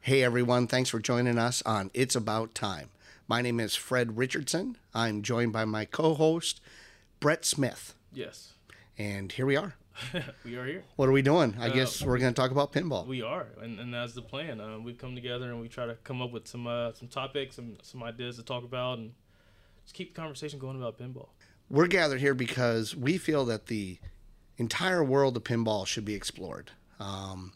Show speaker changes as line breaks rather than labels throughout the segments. Hey everyone, thanks for joining us on It's About Time. My name is Fred Richardson. I'm joined by my co host, Brett Smith.
Yes,
And here we are.
we are here.
What are we doing? I guess we're going to talk about pinball.
We are, and, and that's the plan. Uh, we've come together and we try to come up with some uh, some topics, some some ideas to talk about, and just keep the conversation going about pinball.
We're gathered here because we feel that the entire world of pinball should be explored. Um,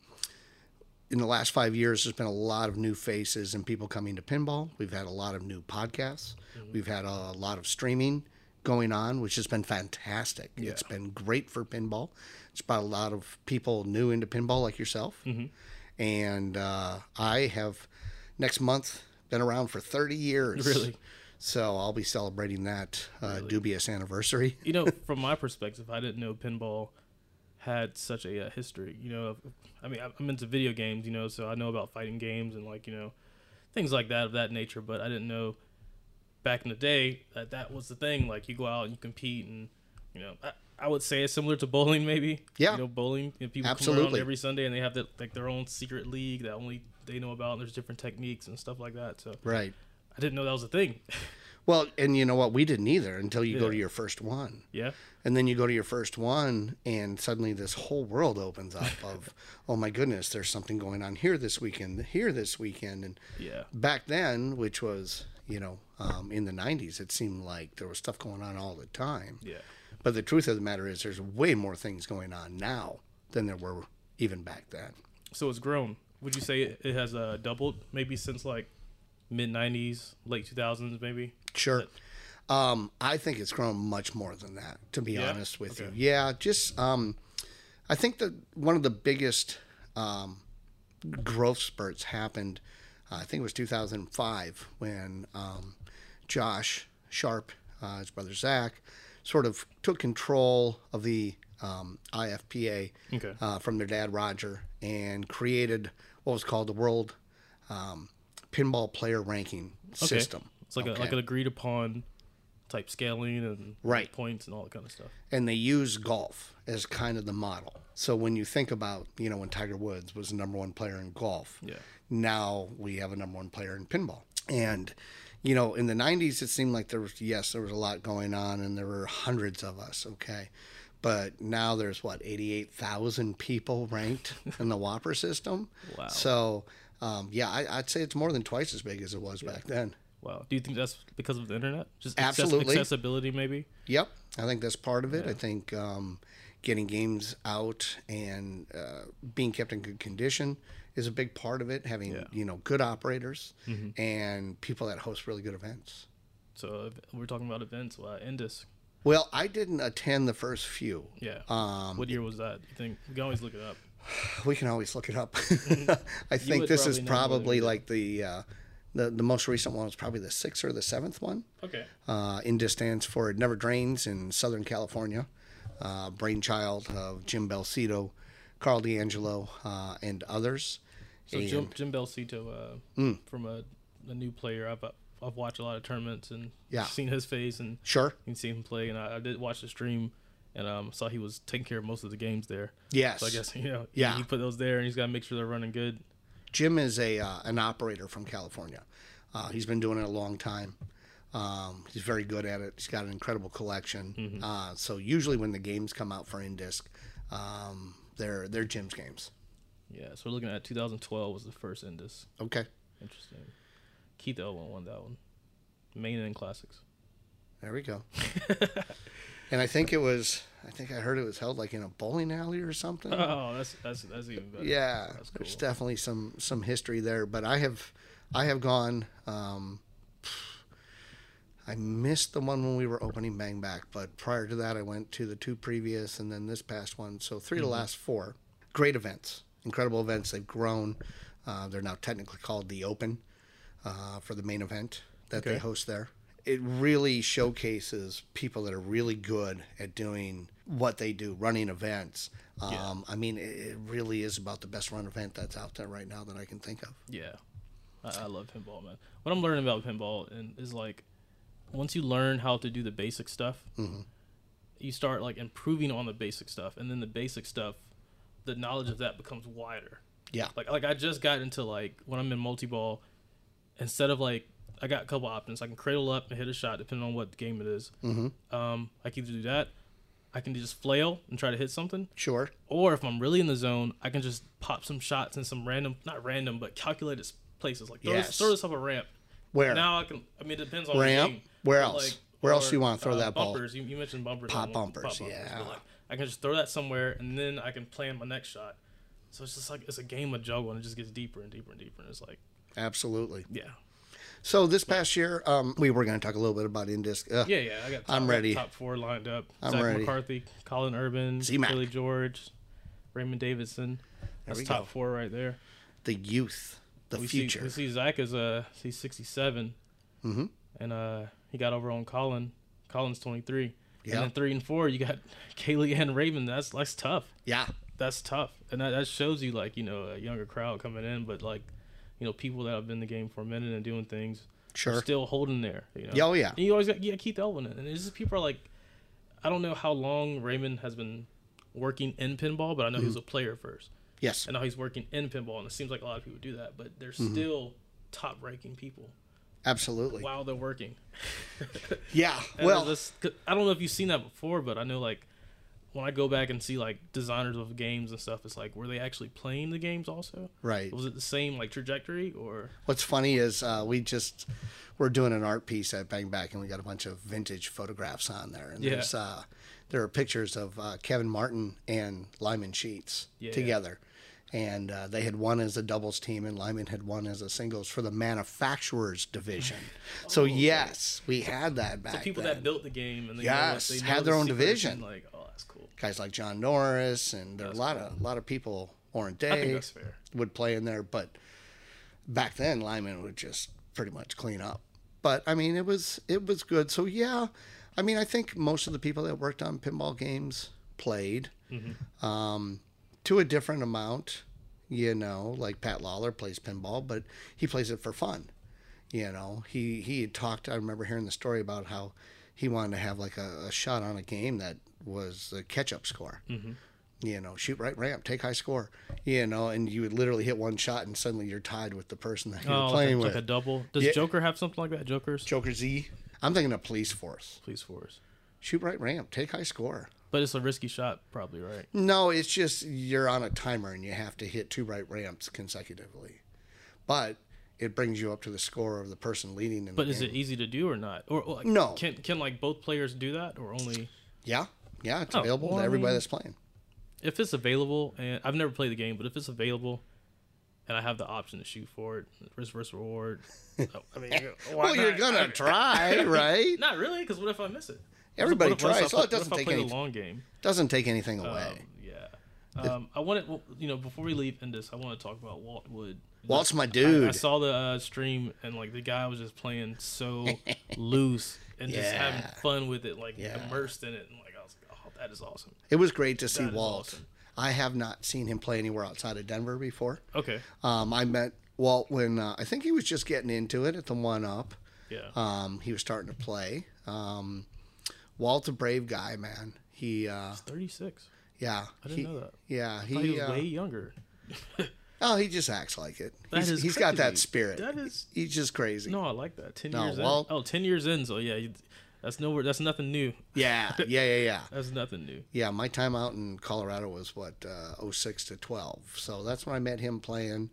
in the last five years, there's been a lot of new faces and people coming to pinball. We've had a lot of new podcasts. We've had a lot of streaming going on, which has been fantastic. It's been great for pinball. It's brought a lot of people new into pinball, like yourself. And uh, I have next month been around for 30 years.
Really?
So I'll be celebrating that uh, dubious anniversary.
You know, from my perspective, I didn't know pinball had such a uh, history. You know, of- I mean, I'm- I'm into video games, you know, so I know about fighting games and like you know things like that of that nature, but I didn't know back in the day that that was the thing. Like you go out and you compete, and you know, I, I would say it's similar to bowling, maybe.
Yeah.
You know, bowling. You know, people come
Absolutely.
around every Sunday and they have that like their own secret league that only they know about, and there's different techniques and stuff like that. So
Right.
I didn't know that was a thing.
Well, and you know what? We didn't either until you go
Yeah.
to your first one.
yeah.
And then you go to your first one, and suddenly this whole world opens up of, oh my goodness, there's something going on here this weekend, here this weekend. And
Yeah.
back then, which was, you know, um, in the 90s, it seemed like there was stuff going on all the time.
Yeah.
But the truth of the matter is, there's way more things going on now than there were even back then.
so it's grown. Would you say it, it has uh, doubled maybe since like mid '90s, late 2000s, maybe?
Sure. Um, I think it's grown much more than that, to be
Yeah?
honest with you.
Okay.
Yeah, just um, I think that one of the biggest um, growth spurts happened. Uh, I think it was 2005 when um, Josh Sharp, uh, his brother Zach, sort of took control of the um, IFPA
Okay.
uh, from their dad Roger and created what was called the World um, Pinball Player Ranking
Okay.
System.
It's like a,
Okay.
like an agreed upon type scaling and
Right.
points and all that kind of stuff.
and they use golf as kind of the model. So when you think about, you know, when Tiger Woods was the number one player in golf,
Yeah.
now we have a number one player in pinball. And, you know, in the 90s, it seemed like there was, yes, there was a lot going on and there were hundreds of us, okay. But now there's what, 88,000 people ranked in the Whopper system?
Wow.
So, um, yeah, I, I'd say it's more than twice as big as it was back then.
Wow. Do you think that's because of the internet? Just access-
Absolutely.
accessibility, maybe.
Yep, I think that's part of it. I think um, getting games out and uh, being kept in good condition is a big part of it. Having you know good operators
Mm-hmm.
and people that host really good events.
So if we're talking about events. Well, Indus.
Well, I didn't attend the first few.
Yeah.
Um,
what year was that? You think we can always look it up.
We can always look it up. I think
Mm-hmm. would
this is
probably know more than
probably
we do.
like the uh, the the most recent one was probably the sixth or the seventh one.
Okay.
uh, India stands for It Never Drains in Southern California, uh, brainchild of Jim Belcito, Carl D'Angelo, uh, and others.
So
And-
Jim Jim Belcito, uh,
Mm.
from a, a new player, I've I've watched a lot of tournaments and
Yeah.
seen his face and
Sure.
You can see him play, and I, I did watch the stream, and um, saw he was taking care of most of the games there.
Yes.
So I guess you know,
Yeah.
yeah, he put those there, and he's got to make sure they're running good.
Jim is a uh, an operator from California. Uh, he's been doing it a long time. Um, he's very good at it. He's got an incredible collection.
Mm-hmm.
Uh, so usually when the games come out for Indisc, um, they're they're Jim's games.
Yeah. So we're looking at 2012 was the first Indus.
Okay,
Interesting. Keith Elwin won that one. Main and classics.
there we go. and I think it was I think I heard it was held like in a bowling alley or something.
Oh, that's that's that's even better.
yeah
that's
there's
cool.
definitely some some history there but i have i have gone um i missed the one when we were opening bang back but prior to that i went to the two previous and then this past one so 3 to last four great events incredible events they've grown uh, they're now technically called the open uh, for the main event that they
Okay.
host there it really showcases people that are really good at doing what they do running events um, i mean it, it really is about the best run event that's out there right now that i can think of
Yeah, I, I love pinball, man. What I'm learning about pinball and is like, once you learn how to do the basic stuff, you start like improving on the basic stuff, and then the basic stuff, the knowledge of that becomes wider.
Yeah.
Like like I just got into like when I'm in multi ball, instead of like I got a couple options. I can cradle up and hit a shot depending on what game it is. Um, I can either do that. I can just flail and try to hit something,
Sure.
or if I'm really in the zone, I can just pop some shots in some random, not random, but calculated s- places. Like throw,
Yes.
this, throw this up a ramp.
Where?
Now I can. I mean, it depends on the
Ramp.
game,
Where
but, uh,
else? Where else you wanna throw that ball?
bumpers. You, you mentioned bumpers.
Pop
I want-
bumpers, yeah.
but, like, I can just throw that somewhere, and then I can plan my next shot. So it's just like it's a game of juggle, and it just gets deeper and deeper and deeper. And it's like,
Absolutely.
yeah,
So this past year, um, we were going to talk a little bit about Indisc. Uh,
yeah, yeah. I got.
I'm
I got
ready.
Top four lined up.
I'm
Zach
ready.
McCarthy, Colin Urban,
Z-Mac.
Billy George, Raymond Davidson. That's
we
top
go.
four right there.
The youth, the
we See,
future.
we see Zach is uh he's sixty mm-hmm. and uh he got over on Colin. Colin's twenty three.
Yeah.
And then three and four, you got Kaylee and Raven. That's that's tough.
yeah.
That's tough, and that, that shows you like you know a younger crowd coming in, but like you know people that have been in the game for a minute and doing things are
Sure.
still holding there. You know?
Yeah, oh, yeah.
And you always got yeah Keith Elvin, in. and it's just people are like, I don't know how long Raymond has been working in pinball, but I know he was
Mm-hmm.
a player first
Yes.
and now he's working in pinball and it seems like a lot of people do that but they're
Mm-hmm.
still top ranking people
Absolutely.
while they're working
Yeah.
And
well,
that's- 'cause i don't know if you've seen that before but i know like when i go back and see like designers of games and stuff it's like were they actually playing the games also
right.
was it the same like trajectory or
What's funny is uh, we just we're doing an art piece at Bang Back, and we got a bunch of vintage photographs on there. And
Yeah.
there's uh, there are pictures of uh, Kevin Martin and Lyman Sheets
Yeah.
together, and uh, they had one as a doubles team, and Lyman had one as a singles for the manufacturers division. so yes, we had that back
Oh, people
then.
that built the game and they
Yes,
know, what- they know
had
the
their own
secrets
division.
and, like oh that's cool
Guys like John Norris, and there are a lot of a lot of people. Orin Day
i think that's fair
would play in there. But back then, Lyman would just pretty much clean up. But I mean, it was it was good. So yeah, I mean, I think most of the people that worked on pinball games played um, to a different amount. You know, like Pat Lawler plays pinball, but he plays it for fun. You know, he he had talked. I remember hearing the story about how he wanted to have like a, a shot on a game that was a catch-up score you know, shoot right ramp, take high score, you know, and you would literally hit one shot and suddenly you're tied with the person that you're
oh like a,
playing
like a
with.
double does
Yeah.
joker have something like that joker's
Joker Z. I'm thinking of police force.
please force
Shoot right ramp, take high score.
but it's a risky shot probably right
No, it's just you're on a timer and you have to hit two right ramps consecutively. But it brings you up to the score of the person leading in
But
the
is
game.
it easy to do or not? Or, or like,
No.
Can can like both players do that or only
Yeah. Yeah, it's
Oh,
available
well,
to
I
everybody
mean-
that's playing.
if it's available? And I've never played the game, but if it's available, and I have the option to shoot for it, risk versus reward. I mean, why
well, you're
not?
gonna try, right?
not really, because what if I miss it?
Everybody
What if- what if I
tries.
pl-
Oh, it doesn't
what if
take
I play
any
the long game.
Doesn't take anything away.
Um, yeah. Um, I want to, well, you know, before we leave in this, I want to talk about Walt Wood.
Walt's my
I, I
dude.
saw the uh, stream and like the guy was just playing so loose and just having
Yeah.
fun with it, like
Yeah.
immersed in it, and like I was like, oh, that is awesome.
It was great to see
That is
Walt.
awesome.
I have not seen him play anywhere outside of Denver before.
Okay,
Um, I met Walt when uh, I think he was just getting into it at the one up.
yeah,
Um, he was starting to play. Um, Walt's a brave guy, man. He, uh,
thirty six.
yeah,
I didn't
he,
know that.
yeah,
He, he
he,
was
uh,
way younger.
oh, he just acts like it.
That
he's
is
he's got that
crazy.
spirit.
That is-
he's just crazy.
No, I like that. Ten
No,
years
well-
in. Oh, 10 years in. So yeah, you- that's nowhere. That's nothing new.
Yeah, yeah, yeah, yeah.
That's nothing new.
Yeah, my time out in Colorado was what uh, 06 to 12. So that's when I met him playing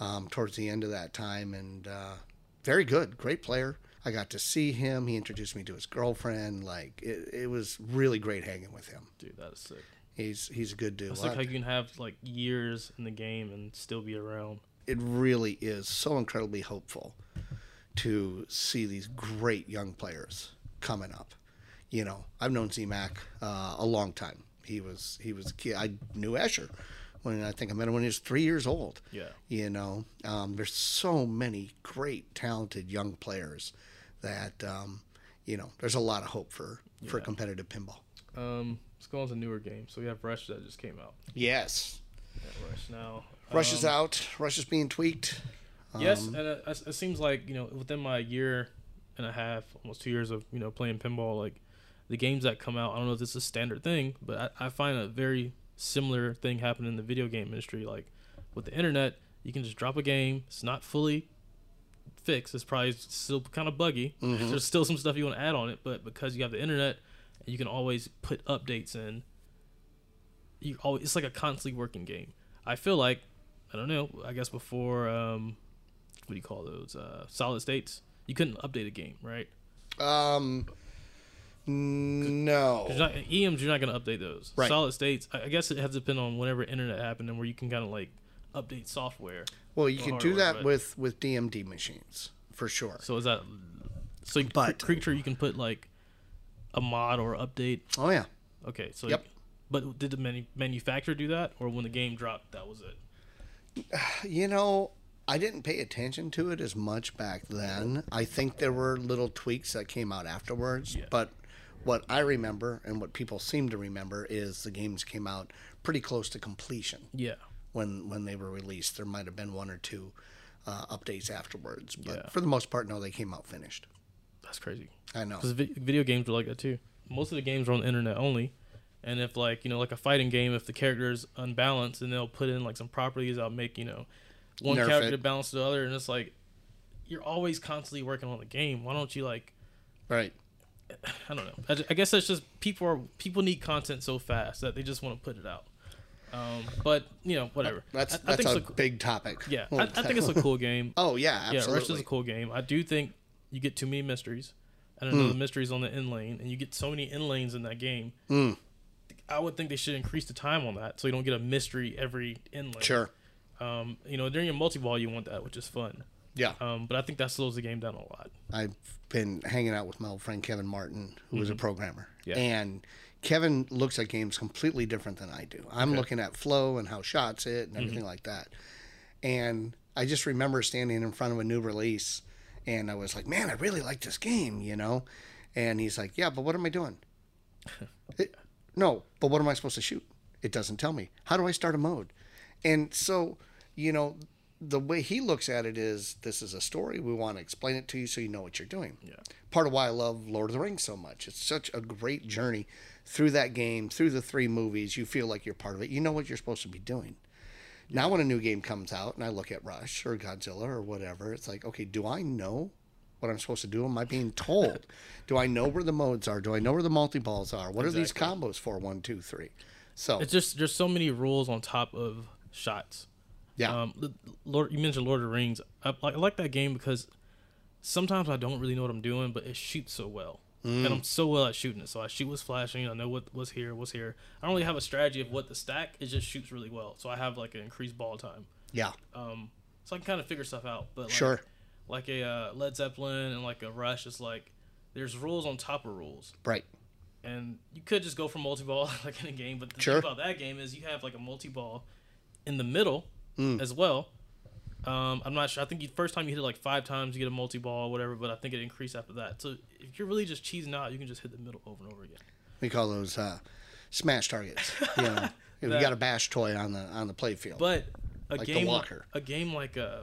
um, towards the end of that time, and uh, very good, great player. I got to see him. He introduced me to his girlfriend. Like it, it was really great hanging with him.
Dude, that is sick.
He's he's a good dude.
It's
I-
like how you can have like years in the game and still be around.
it really is so incredibly hopeful to see these great young players coming up. You know, I've known ZMac uh, a long time. He was he was a kid. I knew Escher when I think I met him when he was three years old.
Yeah.
You know, um, there's so many great, talented young players that um, you know. There's a lot of hope for for competitive pinball.
Um, let's go on to newer games. So we have Rush that just came out.
Yes,
Yeah, Rush now.
Rush is out. Rush is being tweaked.
Yes, and it, it seems like you know within my year and a half, almost two years of you know playing pinball, like the games that come out. I don't know if this is a standard thing, but I, I find a very similar thing happening in the video game industry. Like With the internet, you can just drop a game. It's not fully fixed. It's probably still kind of buggy. There's still some stuff you want to add on it, but because you have the internet, and you can always put updates in. You always it's like a constantly working game. I feel like I don't know. I guess before um, what do you call those uh, solid states? You couldn't update a game, right?
Um, no.
'Cause You're not, EMs, you're not going to update those.
Right.
Solid states, I I guess it has to depend on whenever internet happened and where you can kind of like update software.
Well, you can do
hardware,
that
but-
with with DMD machines for sure.
So is that so? you-
But-
creature, you can put like a mod or update.
Oh yeah.
Okay, so
Yep.
But did the manu- manufacturer do that, or when the game dropped, that was it?
You know, I didn't pay attention to it as much back then. I think there were little tweaks that came out afterwards, but what I remember and what people seem to remember is the games came out pretty close to completion
Yeah.
when when they were released. There might have been one or two uh, updates afterwards, but
Yeah.
for the most part, no, they came out finished.
That's crazy.
I know.
Because video games are like that too. Most of the games are on the internet only, and if like you know like a fighting game, if the character is unbalanced, and they'll put in like some properties that'll make you know one
Nerf
character
it.
to balance the other, and it's like you're always constantly working on the game. Why don't you like
Right.
I don't know. I, ju- I guess that's just people are people need content so fast that they just want to put it out. Um, but you know whatever.
That's
I, I
that's
think
a,
it's a, cool-
big topic.
yeah. I, I think it's a cool game.
Oh yeah,
Yeah, Rush is
absolutely.
a cool game. I do think you get too many mysteries. and another
Mm.
mysteries on the end lane, and you get so many end lanes in that game.
Mm.
I would think they should increase the time on that so you don't get a mystery every end lane.
Sure.
Um, you know, during your multi ball, you want that, which is fun.
Yeah.
Um, but I think that slows the game down a lot.
I've been hanging out with my old friend Kevin Martin, who is a programmer.
Yeah.
And Kevin looks at games completely different than I do. I'm looking at flow and how shots hit and everything like that. And I just remember standing in front of a new release and I was like, man, I really like this game, you know? And he's like, yeah, but what am I doing? It- no, but what am I supposed to shoot? It doesn't tell me. How do I start a mode? And so, you know, the way he looks at it is this is a story. We want to explain it to you so you know what you're doing.
Yeah.
Part of why I love Lord of the Rings so much. It's such a great journey through that game, through the three movies. You feel like you're part of it. You know what you're supposed to be doing. Now, when a new game comes out and I look at Rush or Godzilla or whatever, it's like, okay, do I know what I'm supposed to do? Am I being told? do I know where the modes are? Do I know where the multi balls are? What are these combos for? One, two, three. So,
It's just there's so many rules on top of shots.
yeah,
Um, L- Lord, you mentioned Lord of the Rings. I, I like that game because sometimes I don't really know what I'm doing, but it shoots so well, and I'm so well at shooting it. So I shoot what's flashing. I know what what's here, what's here. I don't really have a strategy of what the stack. It just shoots really well. So I have like an increased ball time.
yeah,
Um, so I can kind of figure stuff out. But like,
Sure.
like a uh, Led Zeppelin and like a Rush, it's like there's rules on top of rules
right.
and you could just go for multi-ball like in a game but the
Sure.
thing about that game is you have like a multi-ball in the middle
Mm.
as well um, i'm not sure i think you first time you hit it like five times you get a multi-ball or whatever but i think it increased after that so if you're really just cheesing out you can just hit the middle over and over again
We call those uh, smash targets. You know, we got a bash toy on the on the playfield.
but a
Like the
game like,
walker.
a game like uh,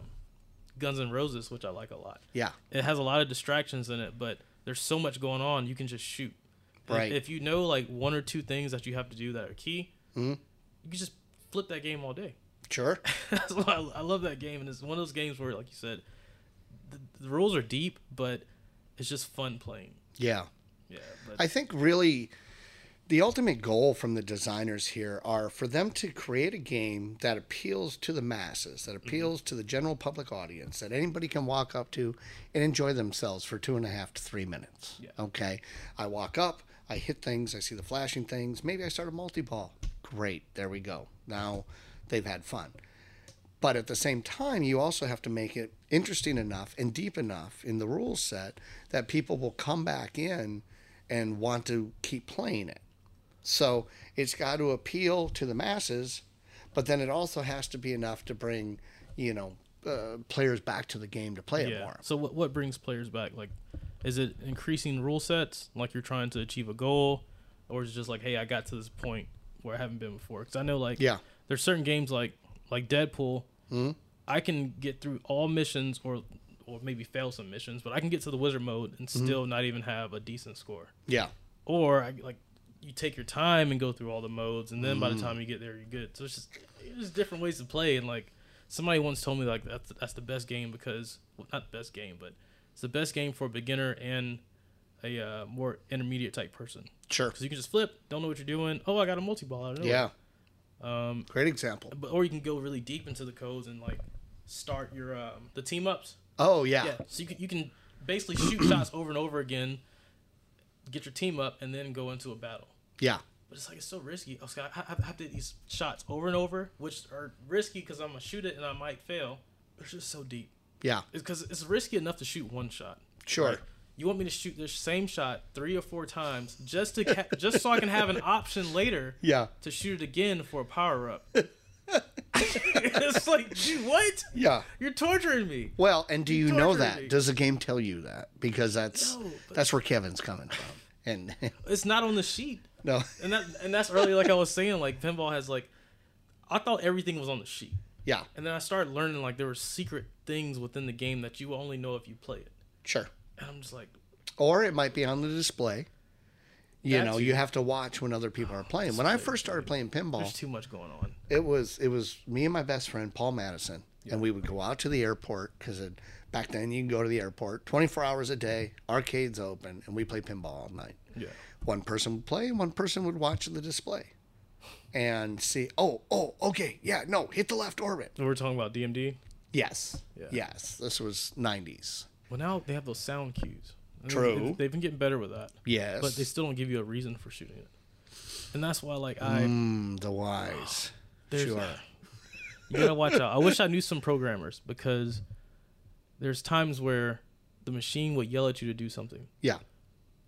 guns N' roses which i like a lot
yeah,
it has a lot of distractions in it, but there's so much going on, you can just shoot. If-
Right.
If, you know like one or two things that you have to do that are key, you can just flip that game all day.
sure.
That's why I, I love that game, and it's one of those games where, like you said, the, the rules are deep, but it's just fun playing.
Yeah.
Yeah, but
I think really the ultimate goal from the designers here are for them to create a game that appeals to the masses,
Mm-hmm.
that appeals to the general public audience, that anybody can walk up to and enjoy themselves for two and a half to three minutes.
Yeah.
Okay. I walk up, I hit things, I see the flashing things. Maybe I start a multi ball. Great. There we go. Now they've had fun. But at the same time, you also have to make it interesting enough and deep enough in the rule set that people will come back in and want to keep playing it. So it's got to appeal to the masses, but then it also has to be enough to bring, you know, uh, players back to the game to play it
yeah.
more.
So what what brings players back? Like, is it increasing rule sets? Like you're trying to achieve a goal, or is it just like, hey, I got to this point where I haven't been before? Because I know like
Yeah. Mm-hmm.
there's certain games like like Deadpool. I can get through all missions or or maybe fail some missions, but I can get to the wizard mode and
Mm-hmm.
still not even have a decent score.
Yeah.
Or I like you take your time and go through all the modes, and then by the time you get there, you're good. So it's just there's different ways to play, and like somebody once told me like that's that's the best game because well, not the best game, but it's the best game for a beginner and a uh, more intermediate type person
Sure.
because you can just flip, don't know what you're doing. Oh, I got a multi ball. I don't know.
Yeah.
Um,
Great example.
but or you can go really deep into the codes and like start your um, the team ups.
Oh yeah.
Yeah. So you can you can basically shoot shots over and over again, get your team up, and then go into a battle.
Yeah.
But it's like it's so risky. Oh, I was like, I I have to hit these shots over and over, which are risky because I'm gonna shoot it and I might fail. It's just so deep.
Yeah.
It's because it's risky enough to shoot one shot.
Sure.
Right? You want me to shoot this same shot three or four times just to ca- just so I can have an option later
Yeah.
to shoot it again for a power up. it's like, dude, what?
Yeah.
You're torturing me.
Well, and do you,
You
know
tortured
that?
me.
Does the game tell you that? Because that's
No, but-
that's where Kevin's coming from. And
It's not on the sheet.
no.
And that and that's earlier, like I was saying, like pinball has like, I thought everything was on the sheet,
Yeah.
and then I started learning like there were secret things within the game that you only know if you play it.
Sure.
And I'm just like,
Or it might be on the display. You
That's Oh,
know,
you.
you have to watch when other people are playing. When I first started playing pinball,
there's too much going on.
it was it was me and my best friend Paul Madison, and we would go out to the airport because back then you can go to the airport 24 hours a day, arcades open, and we play pinball all night.
Yeah.
One person would play, and one person would watch the display, and see. Oh, oh, okay, yeah, no, hit the left orbit.
And we're talking about DMD.
Yes,
Yeah.
yes, this was 90s.
Well, now they have those sound cues. And they-
True.
They've, been getting better with that.
Yes,
But they still don't give you a reason for shooting it. And that's why, like, I
Mm, the wise.
There's-
sure.
You gotta watch out. I wish I knew some programmers because there's times where the machine would yell at you to do something,
Yeah,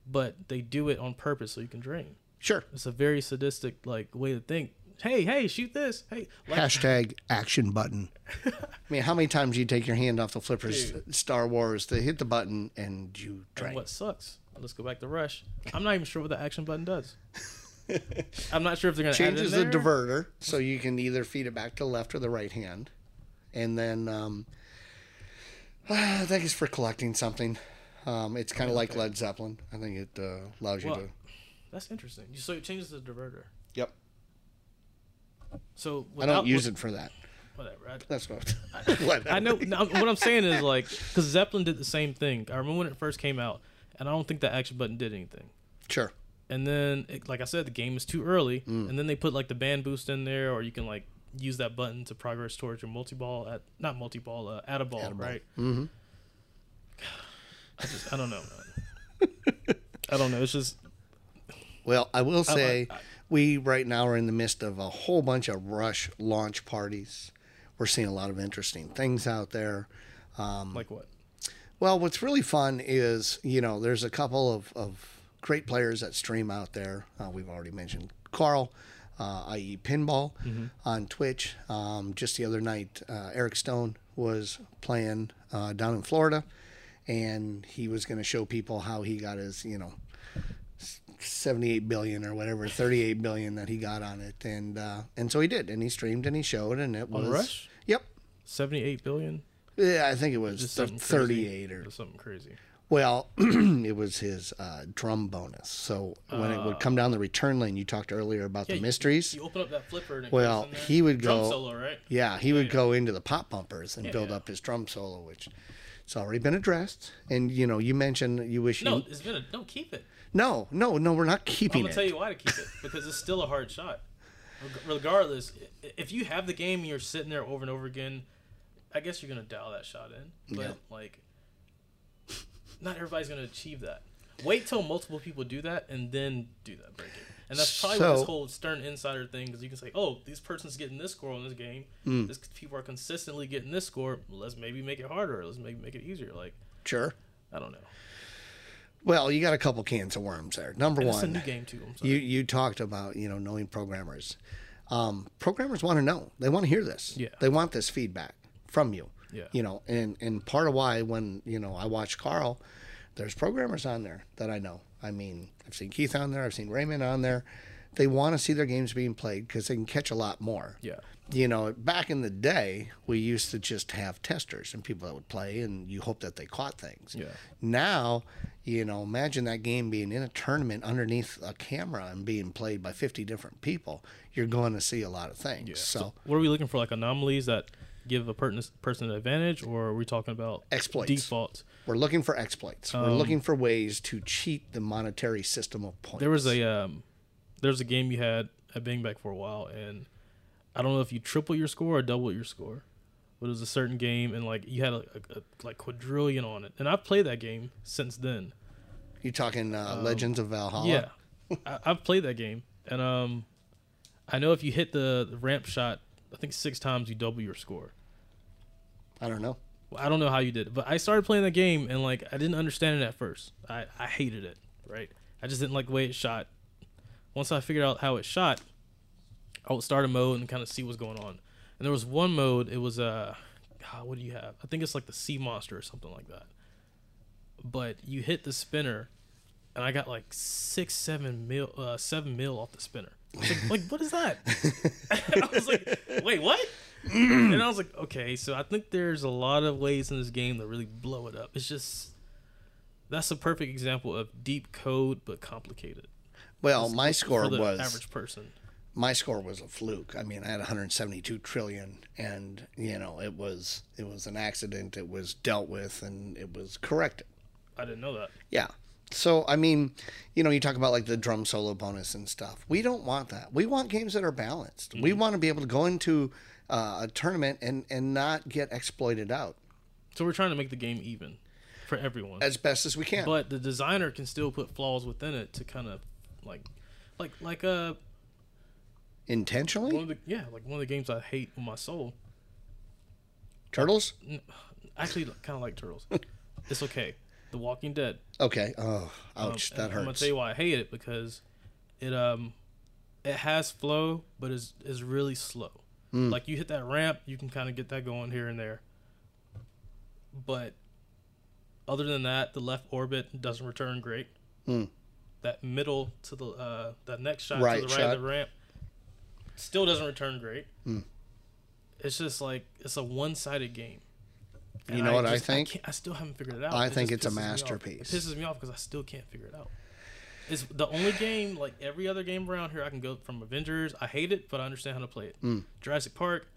but they do it on purpose so you can drain.
sure.
It's a very sadistic like way to think. Hey, hey, shoot this. Hey, like,
Hashtag action button. I mean, how many times do you take your hand off the flippers, Star Wars, to hit the button and you
and
drank?
what sucks? Let's go back to Rush. I'm not even sure what the action button does. I'm not sure if they're gonna
Changes
add it
the
in there.
diverter so you can either feed it back to the left or the right hand. And then um, I think it's for collecting something. Um, it's kind of like Led Zeppelin. I think it uh, allows you
Well-
to.
That's interesting. So it changes the diverter.
Yep.
So
I don't use it for that.
Whatever. I-
That's what. what
I know. No, what I'm saying is like, because Zeppelin did the same thing. I remember when it first came out, and I don't think the action button did anything.
Sure.
And then, it, like I said, the game is too early,
Mm.
and then they put like the band boost in there, or you can like use that button to progress towards your multi ball at not multi ball, uh, at a ball,
Atta ball.
right? Mm-hmm. I just I don't know. man. I don't know. It's just
Well, I will say
I-
we right now are in the midst of a whole bunch of rush launch parties. We're seeing a lot of interesting things out there. Um,
like what?
Well, what's really fun is, you know, there's a couple of, of great players that stream out there. Uh, we've already mentioned Carl, uh, i.e., Pinball
Mm-hmm.
on Twitch. Um, just the other night, uh, Eric Stone was playing uh, down in Florida, and he was going to show people how he got his, you know, 78 billion or whatever 38 billion that he got on it and uh and so he did and he streamed and he showed and it was
Rush?
yep
Seventy eight billion.
yeah i think it was
Just
th-
something crazy.
38 or
Or something crazy.
well, it was his uh, drum bonus. So when it would come down the return lane, you talked earlier about
Yeah,
the
you-
mysteries.
You open up that flipper and it
Well,
goes in there.
he would
Drum
go-
solo, right?
yeah, he would go into the pop bumpers and build
yeah.
up his drum solo, which it's already been addressed. And you know, you mentioned you wish
No,
you
it's been a no. Keep it.
no, no, no. We're not
I'm
keeping
gonna
it.
tell you why to keep it because it's still a hard shot. Reg- Regardless, i- if you have the game and you're sitting there over and over again, I guess you're gonna dial that shot in. But
Yeah.
like, not everybody's gonna achieve that. Wait till multiple people do that and then do that break it. And that's probably what
So-
this whole Stern Insider thing because you can say, oh, this person's getting this score on this game.
Hmm.
This people are consistently getting this score. Let's maybe make it harder. Let's maybe make it easier. Like,
Sure.
I don't know.
Well, you got a couple cans of worms there. Number
And it's a
one,
new game too. I'm sorry.
you you talked about you know knowing programmers. Um, programmers want to know. They want to hear this.
Yeah.
They want this feedback from you.
Yeah.
You know, and and part of why when you know I watch Carl, there's programmers on there that I know. I mean, I've seen Keith on there. I've seen Raymond on there. They want to see their games being played because they can catch a lot more
yeah.
you know, back in the day, we used to just have testers and people that would play, and you hope that they caught things.
Yeah.
Now, you know, imagine that game being in a tournament underneath a camera and being played by 50 different people. You're going to see a lot of things. So,
What are we looking for? Like anomalies that give a pertin- person an advantage, or are we talking about
Exploits.
defaults?
We're looking for exploits.
Um,
We're looking for ways to cheat the monetary system of points.
There was a um, there was a game you had at Bing Back for a while, and I don't know if you triple your score or double your score, but it was a certain game, and like you had a, a, a like quadrillion on it, and I've played that game since then.
you talking uh, Legends of Valhalla?
Um, Yeah, I, I've played that game, and um, I know if you hit the, the ramp shot, I think six times you double your score.
I don't know.
Well, I don't know how you did it, but I started playing the game and like I didn't understand it at first. I, I hated it, right? I just didn't like the way it shot. Once I figured out how it shot, I would start a mode and kind of see what's going on. And there was one mode, it was uh God, what do you have? I think it's like the sea monster or something like that. But you hit the spinner and I got like six, seven mil uh seven mil off the spinner. I was like, like what is that? I was like, wait, what? and I was like, okay, so I think there's a lot of ways in this game to really blow it up. It's just that's a perfect example of deep code but complicated
Well, my
for
score
the
was
average person.
my score was a fluke. I mean, I had 172 trillion, and you know, it was it was an accident. It was dealt with, and it was corrected.
I didn't know that.
Yeah. So I mean, you know, you talk about like the drum solo bonus and stuff. We don't want that. We want games that are balanced.
Mm-hmm.
We want to be able to go into uh, a tournament and and not get exploited out
So we're trying to make the game even for everyone,
as best as we can.
but the designer can still put flaws within it to kind of like, like, like uh, one
Intentionally,
of the yeah, like one of the games I hate with my soul.
turtles.
I actually kind of like turtles. it's okay. The Walking Dead.
Okay. Oh, ouch.
Um,
that
and I'm gonna
hurts.
tell you why I hate it because it um it has flow, but is is really slow.
Hmm.
Like you hit that ramp, you can kind of get that going here and there. But other than that, the left orbit doesn't return great. That middle to the uh, that next shot
Hmm. Right
to the right
shot. Hmm.
of the ramp still doesn't return great. It's just like it's a one-sided game.
You
And
know what I
just-
think?
can't- I still haven't figured it out.
I
It
think it's
just
a
pisses me off.
masterpiece.
It pisses me off because I still can't figure it out. It's the only game, like every other game around here, I can go from Avengers. I hate it, but I understand how to play it.
Hmm.
Jurassic Park,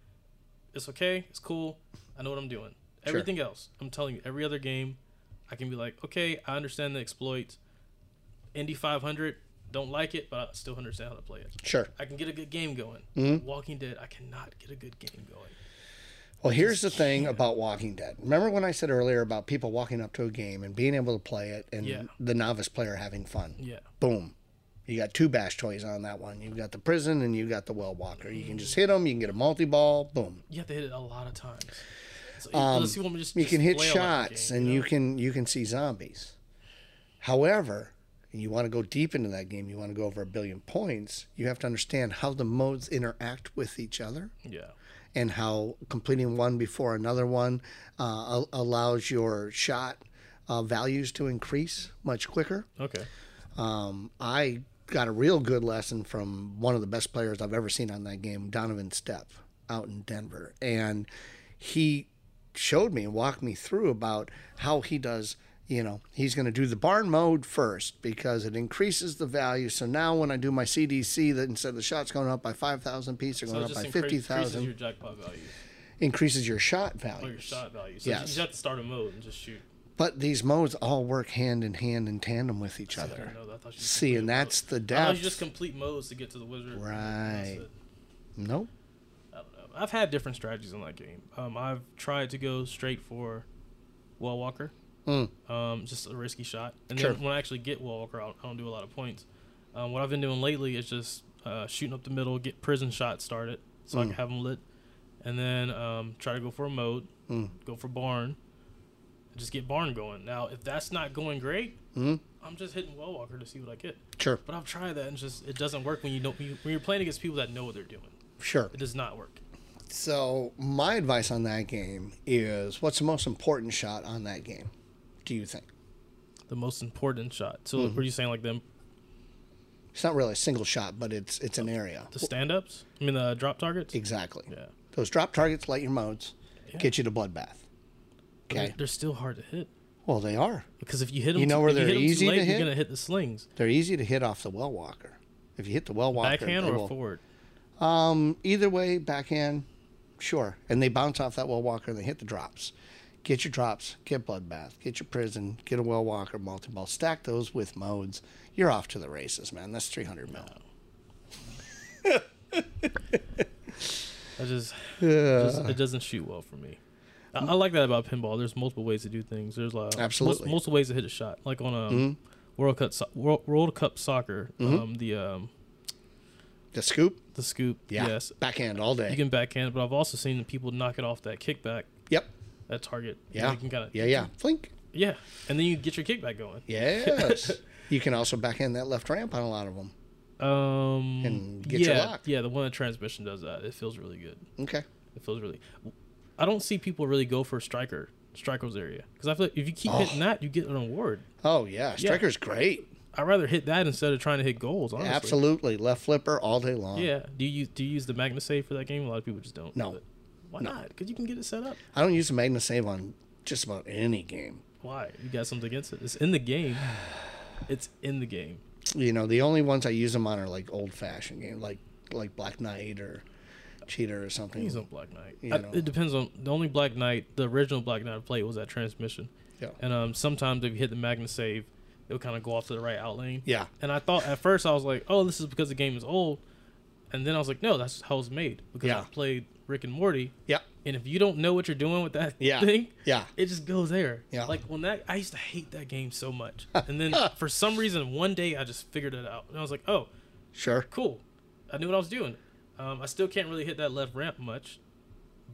it's okay, it's cool. I know what I'm doing. Everything else, I'm telling you, every other game, I can be like, okay, I understand the exploits. Indy 500, don't like it, but I still understand how to play it.
Sure.
I can get a good game going.
Hmm?
Walking Dead, I cannot get a good game going.
Well, here's the thing about Walking Dead. Remember when I said earlier about people walking up to a game and being able to play it and
Yeah.
the novice player having fun?
Yeah.
Boom. You got two bash toys on that one. You've got the prison and you've got the well walker. You can just hit them. You can get a multi ball. Boom.
You have to hit it a lot of times. So,
Um,
unless you want me to just
You can
just
hit
play all that
shots
game,
and
know?
you can you can see zombies. However, you want to go deep into that game. You want to go over a billion points. You have to understand how the modes interact with each other.
Yeah.
and how completing one before another one uh, al- allows your shot uh, values to increase much quicker.
Okay.
Um, I got a real good lesson from one of the best players I've ever seen on that game, Donovan Stepp, out in Denver. And he showed me and walked me through about how he does. You know, he's going to do the barn mode first because it increases the value. So now when I do my CDC, that instead of the shots going up by 5,000 piece, they're
So
going
it
up
just
by
incre- increases
50,000
your jackpot value
increases your shot values.
or Oh, your shot value. So
Yes.
you have to start a mode and just shoot.
But these modes all work hand in hand in tandem with each
I
other.
didn't know that. I thought you just
See, and
complete a mode.
that's the
I thought you
depth.
just complete modes to get to the wizard. That's
Right.
it.
Nope.
I don't know. I've had different strategies on that game. Um, I've tried to go straight for wall walker, um, just a risky shot, and
Sure.
then when I actually get wall walker, I don't, I don't do a lot of points. Um, what I've been doing lately is just uh, shooting up the middle, get prison shots started, so I can have them lit, and then um, try to go for a mode, go for barn, and just get barn going. Now, if that's not going great, I'm just hitting wall walker to see what I get.
Sure.
But I've tried that, and it's just it doesn't work when you don't when you- when you're playing against people that know what they're doing.
Sure.
It does not work.
So my advice on that game is what's the most important shot on that game, do you think?
the most important shot. So
Mm-hmm.
were you saying like them
It's not really a single shot, but it's it's an area.
the stand ups? I mean the uh, drop targets?
Exactly.
Yeah.
Those drop targets light your modes,
Yeah.
get you to bloodbath.
They're-
Okay.
They're still hard to hit
Well, they are.
because if you hit them,
You know where
if
they're
you hit 'em
easy
too
to
late,
hit?
You're gonna hit the slings,
They're easy to hit off the well walker. If you hit the well walker,
backhand
they
or
will-
forward.
Um, either way, backhand, Sure. And they bounce off that well walker and they hit the drops. Get your drops, get bloodbath, get your prison, get a well walker, multi ball. Stack those with modes. You're off to the races, man. That's 300 mil.
I just, just- it doesn't shoot well for me. I, I like that about pinball. There's multiple ways to do things. There's like mul-
Absolutely. Mm-hmm.
multiple ways to hit a shot. Like on um, World Cup so- World, World Cup soccer, um, the um,
The scoop?
the scoop.
Yeah.
Yes,
Backhand all day.
you can backhand, but I've also seen the people knock it off that kickback
yep.
at target. You know,
Yeah.
you can kind of
yeah, yeah. Flink.
yeah, and then you get your kickback going.
Yes. you can also backhand that left ramp on a lot of them.
Um,
And get
yeah,
your lock.
yeah, the one that transmission does that. It feels really good.
Okay.
It feels really. I don't see people really go for striker, strikers area because I feel like if you keep hitting that, you get an award.
Oh, yeah. Striker's great.
I'd rather hit that instead of trying to hit goals. Honestly.
Absolutely. Left flipper all day long.
Yeah. Do you do you use the magnet save for that game? A lot of people just don't.
No.
but Why not? Because you can get it set up.
I don't use the Magna Save on just about any game.
Why? You got something against it. It's in the game. It's in the game.
You know, the only ones I use them on are like old fashioned games, like like Black Knight or Cheater or something.
He's on Black Knight.
You
I-
know.
it depends on the only Black Knight. The original Black Knight I played was that transmission.
Yeah.
And um, sometimes if you hit the magnet save, it'll kind of go off to the right out lane.
Yeah.
And I thought at first I was like, oh, this is because the game is old, and then I was like, no, that's how it's made because
Yeah.
I played Rick and Morty.
Yep.
And if you don't know what you're doing with that
Yeah.
thing,
Yeah.
it just goes there.
Yeah.
Like when that, I used to hate that game so much, and then for some reason one day I just figured it out, and I was like, oh,
Sure.
cool. I knew what I was doing. Um, I still can't really hit that left ramp much,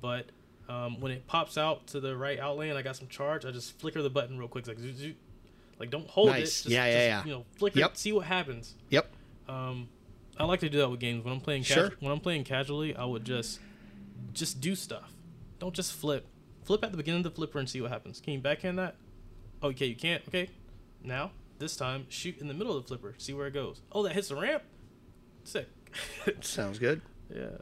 but um, when it pops out to the right out lane, I got some charge. I just flicker the button real quick, like zoot, zoot. like don't hold it.
Nice.
Just,
Yeah, yeah,
just,
yeah.
You know, flicker,
Yep.
it, see what happens.
Yep.
Um, I like to do that with games when I'm playing. Casu-
Sure.
When I'm playing casually, I would just just do stuff. Don't just flip. Flip at the beginning of the flipper and see what happens. Can you backhand that? Oh, Okay, you can't. Okay, now this time shoot in the middle of the flipper. See where it goes. Oh, that hits the ramp. Sick.
Sounds good.
yeah.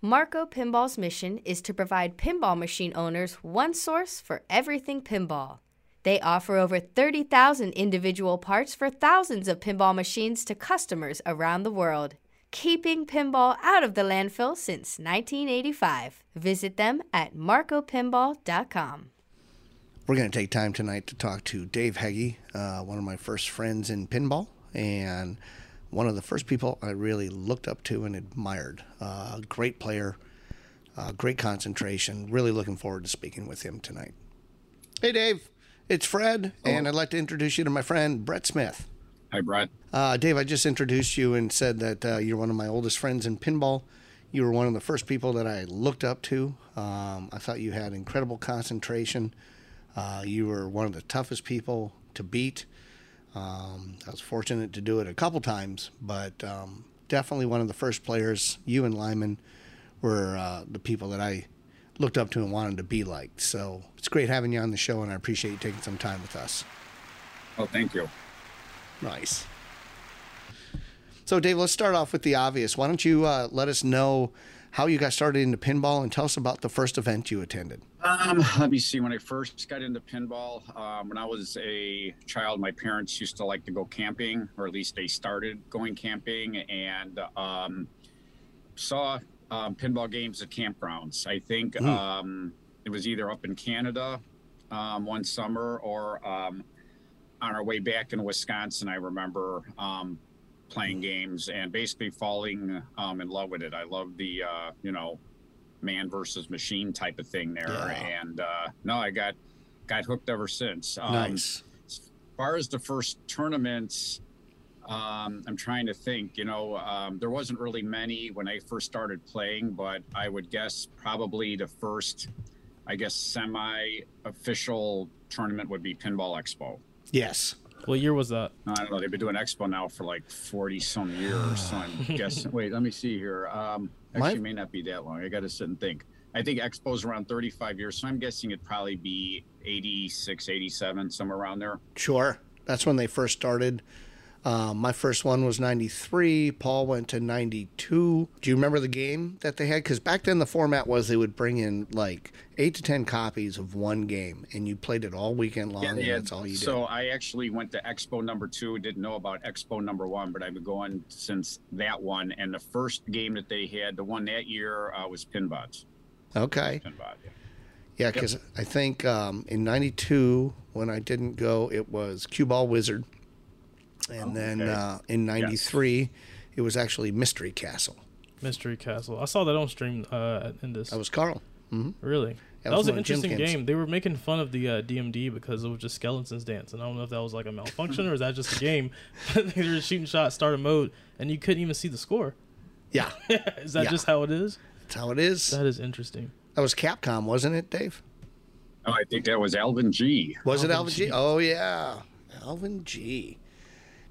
Marco Pinball's mission is to provide pinball machine owners one source for everything pinball. They offer over 30,000 individual parts for thousands of pinball machines to customers around the world. Keeping pinball out of the landfill since 1985. Visit them at marcopinball.com.
We're going to take time tonight to talk to Dave Heggie, uh, one of my first friends in pinball, and one of the first people I really looked up to and admired. Uh, great player, uh, great concentration. Really looking forward to speaking with him tonight. Oh. Hey, Dave. It's Fred, and I'd like to introduce you to my friend, Brett Smith.
Hi, Brad.
Uh, Dave, I just introduced you and said that uh, you're one of my oldest friends in pinball. You were one of the first people that I looked up to. Um, I thought you had incredible concentration. Uh, you were one of the toughest people to beat. Um, I was fortunate to do it a couple times, but um, definitely one of the first players. You and Lyman were uh, the people that I looked up to and wanted to be like. So it's great having you on the show, and I appreciate you taking some time with us.
Oh, thank you.
Nice. So, Dave, let's start off with the obvious. Why don't you uh, let us know how you got started into pinball and tell us about the first event you attended?
Um, let me see. When I first got into pinball, um, when I was a child, my parents used to like to go camping, or at least they started going camping, and um, saw um, pinball games at campgrounds. I think
Hmm.
um, it was either up in Canada um, one summer or um, on our way back in Wisconsin. I remember um, playing games and basically falling um, in love with it. I love the uh, you know man versus machine type of thing there,
Yeah.
and uh, no, I got got hooked ever since. Um,
nice.
as far as the first tournaments, um, I'm trying to think. You know, um, there wasn't really many when I first started playing, but I would guess probably the first, I guess, semi-official tournament would be Pinball Expo.
Yes.
What year was that?
I don't know. They've been doing Expo now for like 40 some years. So I'm guessing. Wait, let me see here. Um,
My-
actually, it may not be that long. I got to sit and think. I think Expo's around 35 years. So I'm guessing it'd probably be 86, 87, somewhere around there.
Sure. That's when they first started. Um, my first one was 93. Paul went to 92. Do you remember the game that they had? Because back then the format was they would bring in like eight to 10 copies of one game and you played it all weekend long and
Yeah,
that's all you did.
so I actually went to Expo number two. Didn't know about Expo number one, but I've been going since that one. And the first game that they had, the one that year, uh, was Pinbots.
okay.
Pinbot. Yeah.
Yeah, because I think um, in '92 when I didn't go, it was Cue Ball Wizard, and then
okay.
uh, in '93 it was actually Mystery Castle.
Mystery Castle. I saw that on stream uh, in this.
That was Carl.
really?
that
That,
was
was,
one
an
of Jim
interesting
Kim's.
game. They were making fun of the uh, DMD because it was just skeletons dance, and I don't know if that was like a malfunction or is that just a game. they were shooting shots, start a mode, and you couldn't even see the score.
Yeah,
is that
Yeah.
just how it is?
that's how it is.
That is interesting.
That was Capcom, wasn't it, Dave?
Oh, I think that was Alvin G.
Was it
Alvin
Alvin G?
G.
Oh yeah, Alvin G.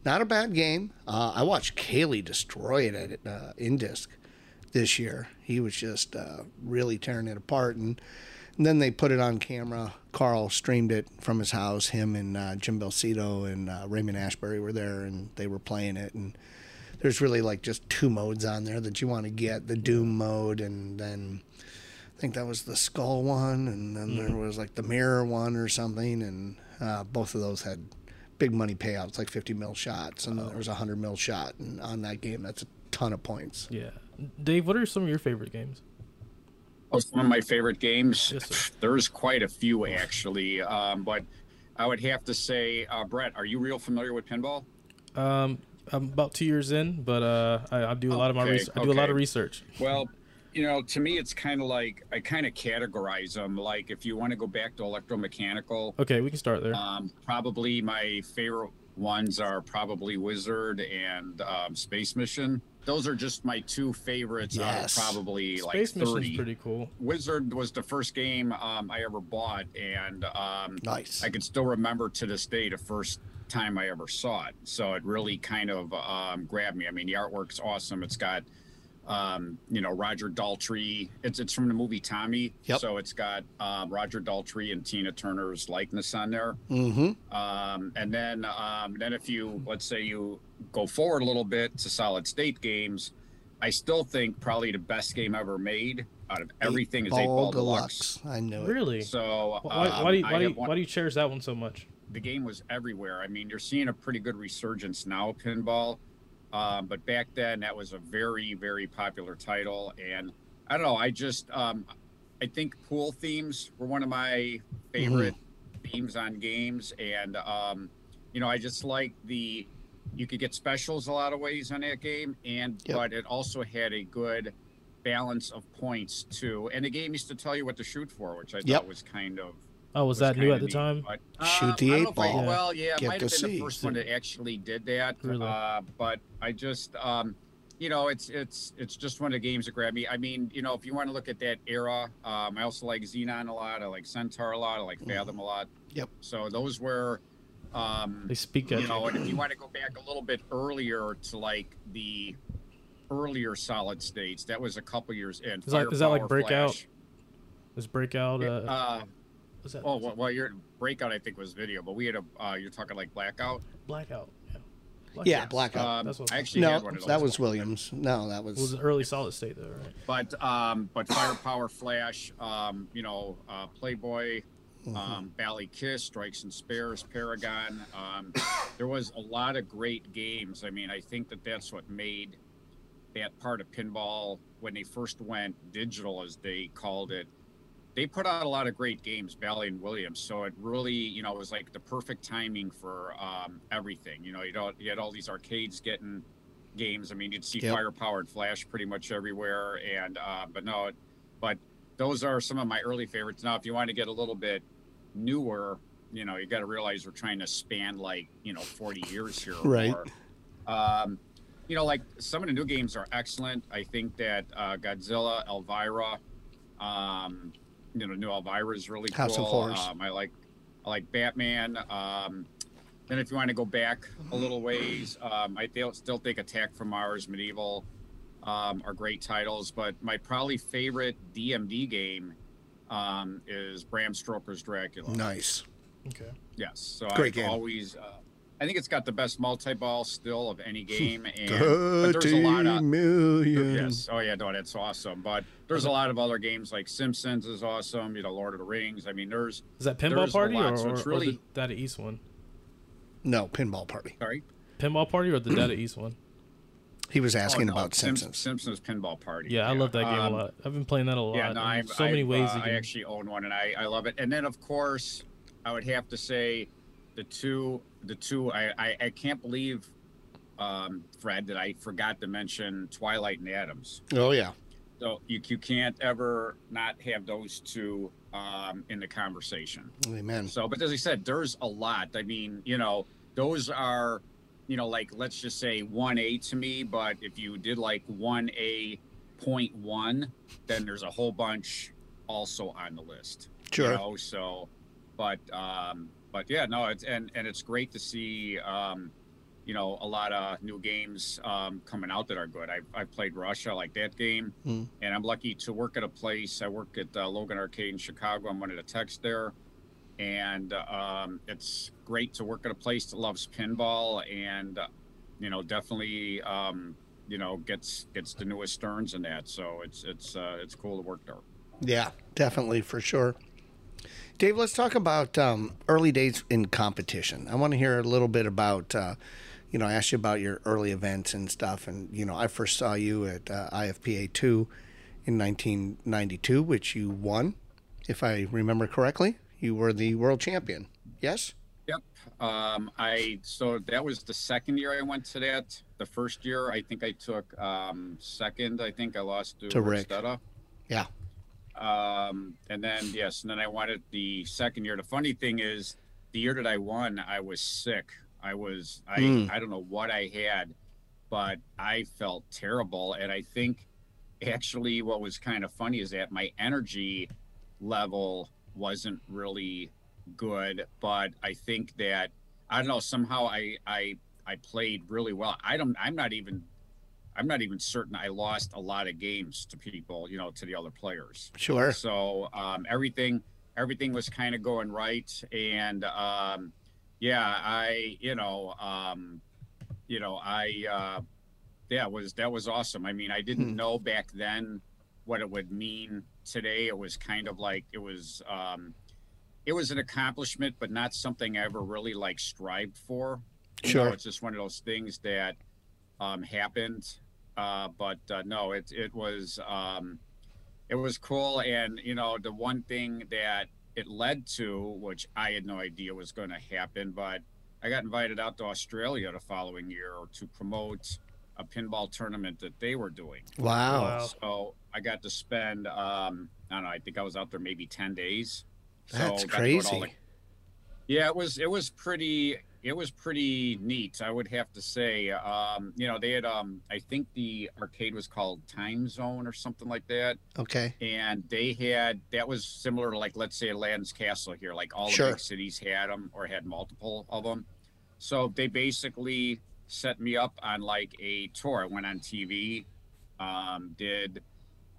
Not a bad game. Uh, I watched Kaylee destroy it at uh, Indisc this year. He was just uh, really tearing it apart, and, and then they put it on camera. Carl streamed it from his house. Him and uh, Jim Belcito and uh, Raymond Ashbury were there, and they were playing it. And there's really like just two modes on there that you want to get: the Doom mode, and then I think that was the skull one, and then there
Mm-hmm.
was like the mirror one or something, and uh, both of those had big money payouts, like fifty mil shots, and then there
Oh.
was a hundred mil shot, and on that game, that's a ton of points.
Yeah. Dave, what are some of your favorite games?
Oh, some of my favorite games.
Yes, sir.
There's quite a few actually, um, but I would have to say, uh, Brett, are you real familiar with pinball?
Um, I'm about two years in, but uh, I, I do a lot of my
Okay,
research. I do a lot
okay.
of research.
Well, you know, to me, it's kind of like I kind of categorize them. Like, if you want to go back to electromechanical,
Okay, we can start there.
um, probably my favorite ones are probably Wizard and um, Space Mission. Those are just my two favorites.
Yes.
Out of probably
Space
like
Mission's
thirty.
pretty cool.
Wizard was the first game um, I ever bought, and um,
Nice.
I can still remember to this day the first time I ever saw it. So it really kind of um, grabbed me. I mean, the artwork's awesome. It's got, um, you know, Roger Daltrey. It's it's from the movie Tommy.
Yep.
So it's got um, Roger Daltrey and Tina Turner's likeness on there.
Mm-hmm.
Um, and then, um, then if you let's say you go forward a little bit to solid state games, I still think probably the best game ever made out of everything is Eight Ball Deluxe.
I know it.
Really?
So
Why,
um,
why do you,
I
why, do you,
have one-
why do you cherish that one so much?
the game was everywhere. I mean, you're seeing a pretty good resurgence now of pinball, um, but back then that was a very, very popular title. And I don't know, I just, um, I think pool themes were one of my favorite
Mm-hmm.
themes on games. And, um, you know, I just like the, you could get specials a lot of ways on that game. And,
Yep.
but it also had a good balance of points too. And the game used to tell you what to shoot for, which I
Yep.
thought was kind of,
Oh, was, that new
kinda
at the
neat,
time?
but-
Shoot the
Uh, I don't
eight
know if I-
ball.
Well, yeah, it
Get
might
to
have been
see.
the first one that actually did that.
Really?
Uh, but I just, um, you know, it's it's it's just one of the games that grabbed me. I mean, you know, if you want to look at that era, um, I also like Xenon a lot. I like Centaur a lot. I like Fathom a lot.
Mm-hmm. Yep.
So those were, um,
They speak at
you
you.
know, and if you want to go back a little bit earlier to like the earlier solid states, that was a couple years in.
Is that- is that like
Firepower,
Breakout?
Flash.
This breakout. Uh,
Uh,
was that
oh, well, well, your breakout I think was video, but we had a. Uh, you're talking like blackout.
blackout? Yeah.
Yeah, Blackout.
Um,
That's what-
I actually
no,
had one of those.
that was Williams. No, that was.
It was an early solid state though, right?
But um, but Firepower Flash, um, you know, uh, Playboy,
Mm-hmm.
um, Valley Kiss, Strikes and Spares, Paragon. Um, there was a lot of great games. I mean, I think that that's what made that part of pinball when they first went digital, as they called it. They put out a lot of great games, Valley and Williams. So it really, you know, it was like the perfect timing for um, everything. You know, you don't you had all these arcades getting games. I mean, you'd see
Yep.
Firepower and Flash pretty much everywhere. And uh, but no, it- but those are some of my early favorites. Now, if you want to get a little bit newer, you know, you got to realize we're trying to span like you know 40 years here. or
Right.
more. Um, you know, like some of the new games are excellent. I think that uh, Godzilla, Elvira, um, you know, new Elvira is really
House of
cool.
Horrors.
Um, I like, I like Batman. Um, then if you want to go back a little ways, um, I feel, still think Attack from Mars, Medieval um, are great titles. But my probably favorite DMD game um, is Bram Stoker's Dracula.
Nice.
Okay.
Yes. So
Great
I've
game.
always, uh, I think it's got the best multi-ball still of any game. And but there's a
Thirty
lot of
million.
Yes. Oh yeah, no, that's awesome. But there's a lot of other games like Simpsons is awesome. You know, Lord of the Rings. I mean, there's
Is that pinball
There's a
party
lot,
or,
so it's
or- or
really-
the Data East one?
No, pinball party.
sorry.
Pinball party or the Data East one?
He was
Oh,
asking
no,
about
Simp-
Simpsons.
Simpsons pinball party.
Yeah, I love that game
Um,
a lot. I've been playing that a lot.
Yeah,
and
no, I've,
so many
I've,
ways.
uh,
you
I
can,
actually own one, and I, I love it. And then of course, I would have to say the two the two I I, I can't believe. Um, Fred, that I forgot to mention Twilight and Adams.
Oh yeah.
So you, you can't ever not have those two um, in the conversation.
Amen.
So, but as I said, there's a lot. I mean, you know, those are, you know, like let's just say one A to me. But if you did like one A point one, then there's a whole bunch also on the list.
Sure.
You know, so, but um, but yeah, no, it's and and it's great to see. Um, you know, a lot of new games um, coming out that are good. I, I played Russia, I like that game,
Mm.
and I'm lucky to work at a place. I work at uh, Logan Arcade in Chicago. I'm one of the techs there and um, it's great to work at a place that loves pinball and uh, you know definitely um, you know gets gets the newest sterns in that so it's it's uh, it's cool to work there
Yeah, definitely for sure. Dave, let's talk about um, early days in competition. I want to hear a little bit about, uh, you know, I asked you about your early events and stuff. And, you know, I first saw you at uh, IFPA 2 in 1992, which you won, if I remember correctly. You were the world champion. Yes?
yep um, i so that was the second year i went to that the first year i think i took um, second i think i lost to,
To Rick.
Rostetta.
Yeah.
um, and then yes, and then I wanted the second year. The funny thing is, the year that I won, I was sick. I was I
Mm.
I don't know what I had, but I felt terrible. And I think actually, what was kind of funny is that my energy level wasn't really good, but I think that I don't know somehow I I I played really well. I don't I'm not even I'm not even certain I lost a lot of games to people, you know, to the other players.
Sure.
So um, everything everything was kind of going right, and um, yeah, I you know um, you know I uh, yeah it was that was awesome. I mean, I didn't
Hmm.
know back then what it would mean today. It was kind of like it was um, it was an accomplishment, but not something I ever really like strived for. You know,
Sure.
it's just one of those things that um, happened. Uh, but uh, no, it it was um, it was cool, and you know the one thing that it led to, which I had no idea was going to happen, but I got invited out to Australia the following year to promote a pinball tournament that they were doing.
Wow.
Wow.
So I got to spend um, I don't know, I think I was out there maybe ten days. So
That's
got to go to all the
crazy.
yeah, it was it was pretty it was pretty neat. I would have to say, um, you know, they had um, I think the arcade was called Time Zone or something like that,
Okay.
and they had that was similar to like let's say Aladdin's Castle here, like all
Sure.
the big cities had them or had multiple of them. So they basically set me up on like a tour. I went on TV, um, did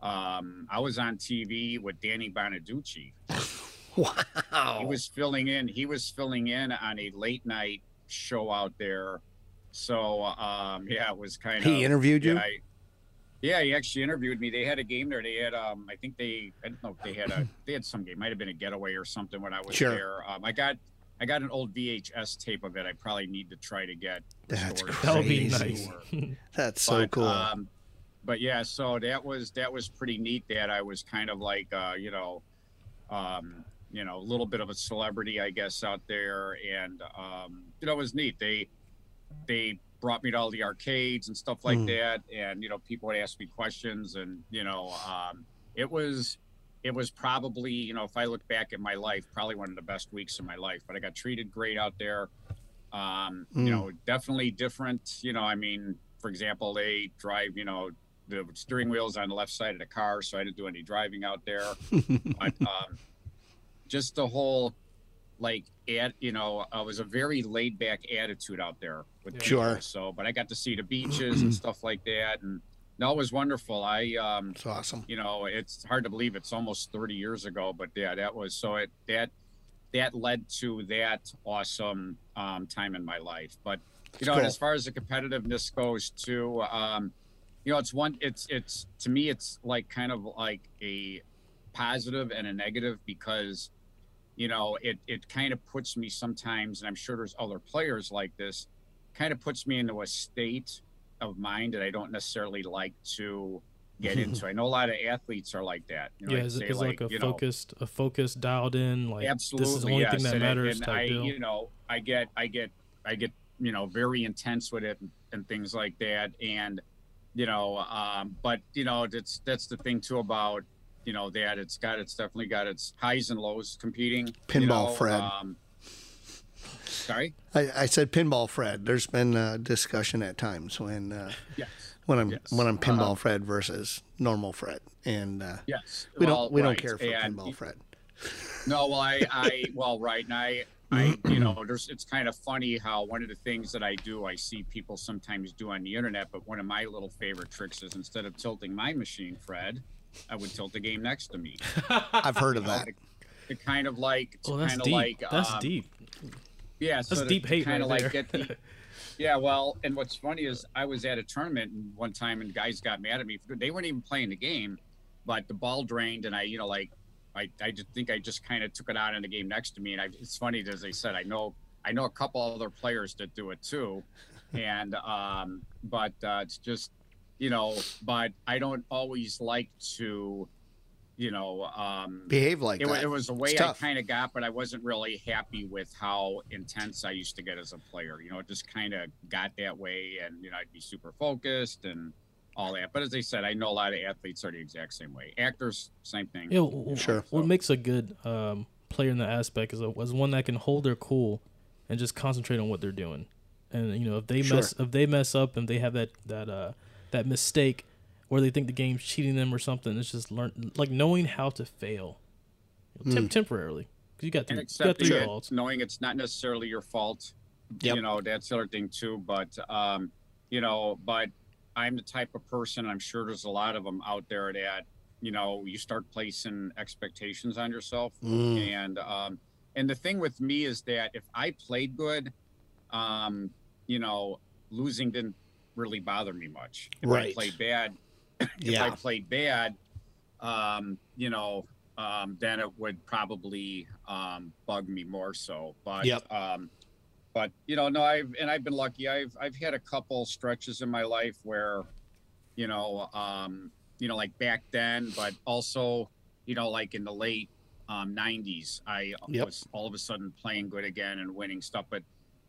um, I was on TV with Danny Bonaducci
Wow. Oh.
he was filling in he was filling in on a late night show out there so um yeah it was kind
he
of
interviewed you?
yeah, I- yeah he actually interviewed me they had a game there they had um i think they i don't know if they had a they had some game might have been a getaway or something when i was
Sure.
there um i got i got an old vhs tape of it i probably need to try to get
That's
restored.
That would be
Crazy
nice.
That's so
But,
cool.
Um, but yeah, so that was that was pretty neat. That I was kind of like uh, you know, um, you know, a little bit of a celebrity, I guess, out there, and um, you know, it was neat. They they brought me to all the arcades and stuff like
Mm.
that, and you know, people would ask me questions, and you know, um, it was. It was probably, you know, if I look back at my life, probably one of the best weeks of my life. But I got treated great out there um
Mm.
you know definitely different you know i mean for example they drive you know the steering wheels on the left side of the car so i didn't do any driving out there but um just the whole like at you know uh, was a very laid back attitude out there with
Yeah.
people.
Sure.
so but i got to see the beaches and stuff like that and no it was wonderful i um
It's awesome.
you know it's hard to believe it's almost 30 years ago but yeah that was so it that that led to that awesome um, time in my life. But you
That's
know, and
cool.
as far as the competitiveness goes, too, um, you know, it's one. It's it's to me, it's like kind of like a positive and a negative because you know it it kind of puts me sometimes, and I'm sure there's other players like this, kind of puts me into a state of mind that I don't necessarily like to get into. I know a lot of athletes are like that. You know,
yeah,
they
is,
say,
is like, a
you know,
focused, a focused, dialed in. Like
absolutely
this is the only
yes.
thing that
and, it-
matters.
and
type
I,
deal.
you know, I get, I get, I get, you know, very intense with it and, and things like that. And you know, um, but you know, that's that's the thing too about you know that it's got it's definitely got its highs and lows competing. you
Pinball
know,
Fred.
Um, sorry.
I, I said pinball Fred. There's been uh, discussion at times when uh,
Yes.
when I'm
Yes.
when I'm pinball
Uh-huh.
Fred versus normal Fred, and uh,
Yes.
we
Well,
don't we
right.
don't care for
And-
pinball Fred.
No, well, I, I, well, right, and I, I, you know, there's, it's kind of funny how one of the things that I do, I see people sometimes do on the internet, but one of my little favorite tricks is instead of tilting my machine, Fred, I would tilt the game next to me.
I've heard of
You know,
that.
to- to kind of like, to
oh, that's
kind of
deep.
like,
that's
um,
deep.
Yeah,
That's deep hate
Kind of
right
like
there.
get the, yeah, well, and what's funny is I was at a tournament and one time and guys got mad at me. They weren't even playing the game, but the ball drained and I, you know, like I, I just think I just kind of took it out in the game next to me. And I, it's funny as I said, I know I know a couple other players that do it too, and um, but uh, it's just you know, but I don't always like to, you know, um,
Behave like
it, wa-
that.
it was a way I
tough.
kind of got, but I wasn't really happy with how intense I used to get as a player. You know, it just kind of got that way, and you know, I'd be super focused and all that. But as I said, I know a lot of athletes are the exact same way. Actors, same thing.
Yeah, w- w-
Sure.
What makes a good um, player in that aspect is, a, is one that can hold their cool and just concentrate on what they're doing. And you know, if they
Sure.
mess if they mess up and they have that that uh, that mistake where they think the game's cheating them or something, it's just learn like knowing how to fail
Hmm.
Tem- temporarily because you got
and
three, you got
accepting
three
it,
balls.
knowing it's not necessarily your fault.
Yep.
You know, that's the other thing too. But um, you know, but I'm the type of person. I'm sure there's a lot of them out there that you know you start placing expectations on yourself.
Mm.
and um, and the thing with me is that if I played good, um, you know, losing didn't really bother me much. If I
Right.
played bad, if
Yeah.
I played bad, um, you know, um, then it would probably um, bug me more so. But
Yep.
um, but you know, no, I've and I've been lucky. I've I've had a couple stretches in my life where, you know, um, you know, like back then, but also, you know, like in the late um, '90s, I
Yep.
was all of a sudden playing good again and winning stuff. But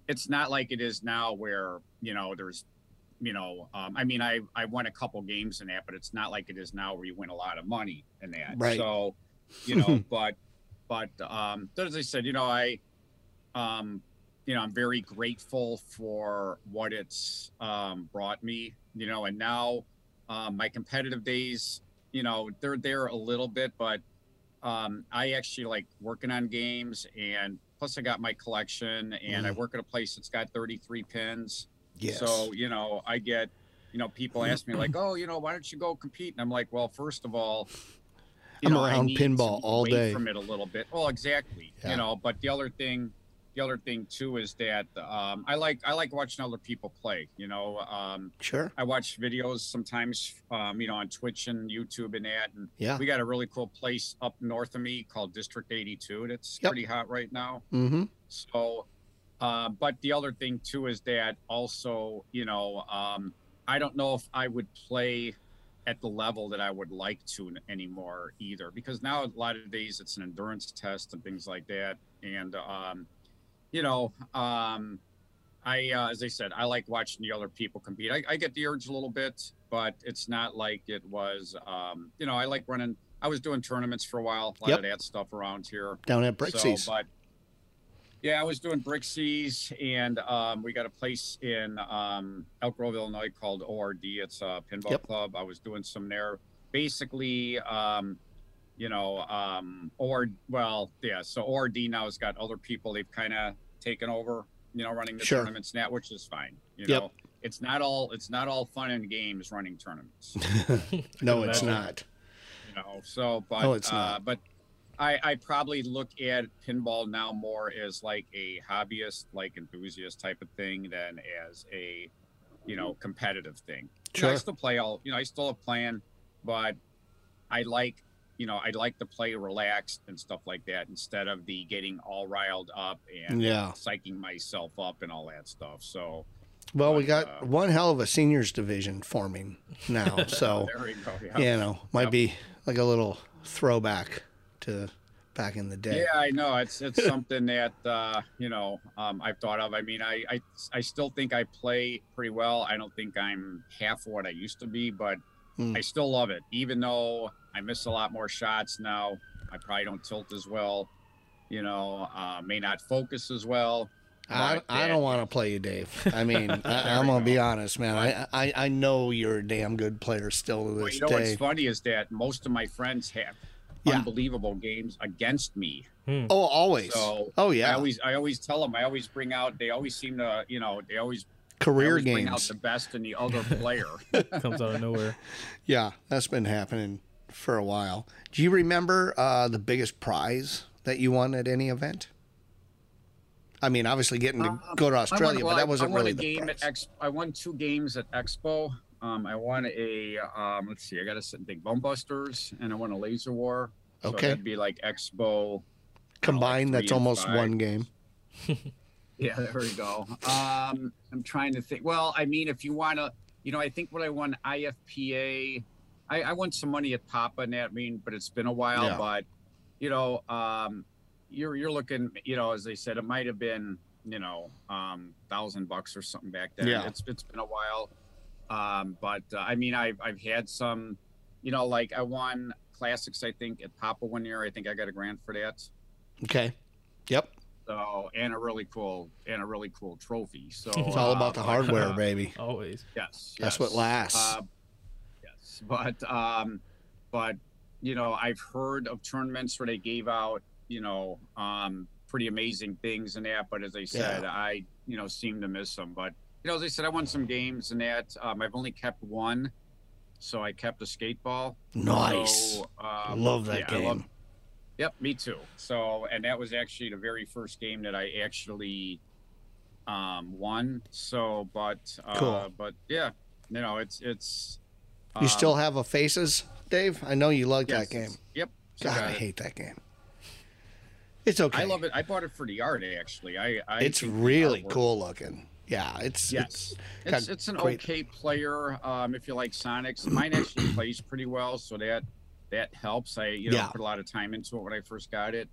it's not like it is now, where you know there's you know, um, I mean, I I won a couple games in that, but it's not like it is now where you win a lot of money in that.
Right.
So, you know, but but um, but as I said, you know, I um, you know, I'm very grateful for what it's um, brought me. You know, and now um, my competitive days, you know, they're there a little bit, but um, I actually like working on games, and plus I got my collection, and I
Mhm.
work at a place that's got 33 pins.
Yes.
So, you know, I get, you know, people ask me like, oh, you know, why don't you go compete? And I'm like, well, first of all, you
I'm
know, I
around
need to
pinball
be
all
away
day.
from it a little bit. Well, exactly.
Yeah.
You know, but the other thing, the other thing too is that um, I like I like watching other people play. You know, um,
sure.
I watch videos sometimes, um, you know, on Twitch and YouTube and that. And
Yeah.
we got a really cool place up north of me called District 82. That's
Yep.
pretty hot right now.
Mm-hmm.
So, uh, but the other thing too is that also, you know, um, I don't know if I would play at the level that I would like to n- anymore either, because now a lot of days it's an endurance test and things like that. And, um, you know, um, I, uh, as I said, I like watching the other people compete. I, I get the urge a little bit, but it's not like it was, um, you know, I like running. I was doing tournaments for a while, a lot of that stuff around here.
Down at Brixie's.
So, but yeah, I was doing Brixie's, and um, we got a place in um, Elk Grove, Illinois called ORD. It's a pinball
Yep.
club. I was doing some there. Basically, um, you know, um, ORD, well, yeah, so ORD now has got other people they've kind of taken over, you know, running the
Sure.
tournaments now, which is fine. You
Yep.
know, it's not all it's not all fun and games running tournaments.
no, it's
Imagine.
not.
you know. So, but
No, Oh, it's
uh,
not.
but I, I probably look at pinball now more as like a hobbyist, like enthusiast type of thing than as a, you know, competitive thing. You know, I
Sure.
still play all, you know, I still have playing, but I like, you know, I'd like to play relaxed and stuff like that instead of the getting all riled up and
Yeah.
psyching myself up and all that stuff. So
Well, we
But,
got
uh,
one hell of a seniors division forming now, so
there we go. Yeah.
you know might
Yep.
be like a little throwback to back in the day.
Yeah, I know. It's it's something that uh, you know um, I've thought of. I mean, I, I I still think I play pretty well. I don't think I'm half what I used to be, but
Mm.
I still love it. Even though I miss a lot more shots now, I probably don't tilt as well. You know, uh, may not focus as well.
I,
but
I
that-
don't want to play you, Dave. I mean, I,
we
I'm gonna be
go.
honest, man. I, I I know you're a damn good player still to
Well,
this
you know what's
day.
funny is that most of my friends have
Yeah.
unbelievable games against me.
Oh, always.
So,
oh
I
yeah,
always I always tell them. I always bring out. They always seem to you know they always I
career
always bring out
games.
the best in the other player.
comes out of nowhere.
Yeah, that's been happening for a while. Do you remember uh, the biggest prize that you won at any event? I mean, obviously getting to go to Australia,
Um, I won,
but
well, I-
that wasn't
I won
really
a
the
game
prize.
at Ex- I won two games at Expo. Um, I won a um, let's see, I got to sit and think Bone Busters, and I won a Laser War. So
Okay.
that'd be like Expo.
Combined,
three
that's
and
almost
five.
one game.
Yeah, there we go. Um, I'm trying to think. Well, I mean, if you want to, you know, I think what I won IFPA, I, I won some money at Papa and that. I mean, but it's been a while.
Yeah.
But you know, um, you're you're looking, you know, as they said, it might have been, you know, um, thousand bucks or something back then.
Yeah.
It's it's been a while. Um, but uh, I mean, I've I've had some, you know, like I won classics. I think at Papa one year, I think I got a grant for that.
Okay. Yep.
So and a really cool and a really cool trophy. So
It's all
uh,
about the
but,
hardware,
uh,
baby.
Always.
Yes,
That's
yes.
what lasts.
Uh, yes, but um, but you know, I've heard of tournaments where they gave out you know um pretty amazing things and that. But as I said, I you know seem to miss them. But you know, as I said, I won some games and that. Um, I've only kept one, so I kept a skate ball.
nice.
So, um,
love that
yeah, I
game.
love- Yep, me too. So, and that was actually the very first game that I actually um, won. So, but uh,
Cool.
but yeah, you know, it's it's.
you
um,
still have a faces, Dave? I know you like
yes,
that game.
Yep. still
God,
got
I
it.
hate that game. It's okay.
I love it. I bought it for the yard actually. I, I
It's
think the
really
artwork-
cool looking. Yeah, it's
Yes,
got
it's it's an
great-
okay player. Um, if you like Sonics, mine actually plays pretty well, so that that helps. I you know
Yeah.
put a lot of time into it when I first got it.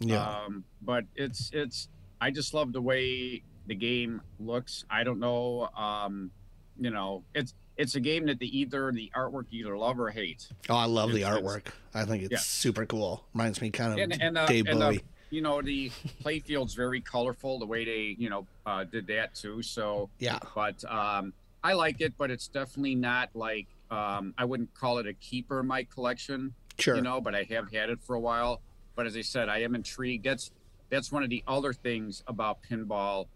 it's yeah.
Um, but it's it's I just love the way the game looks. I don't know. Um, you know, it's it's a game that the either the artwork you either love or hate.
oh, I love the
it's-
artwork. I think it's
yeah.
super cool. Reminds me kind of
And and, uh,
Dave
and uh,
Um, Bowie.
you know the playfield's very colorful. The way they you know uh, did that too. So,
yeah.
but um, I like it. But it's definitely not like um, I wouldn't call it a keeper in my collection.
Sure.
you know but i have had it for a while but as i said i am intrigued that's that's one of the other things about pinball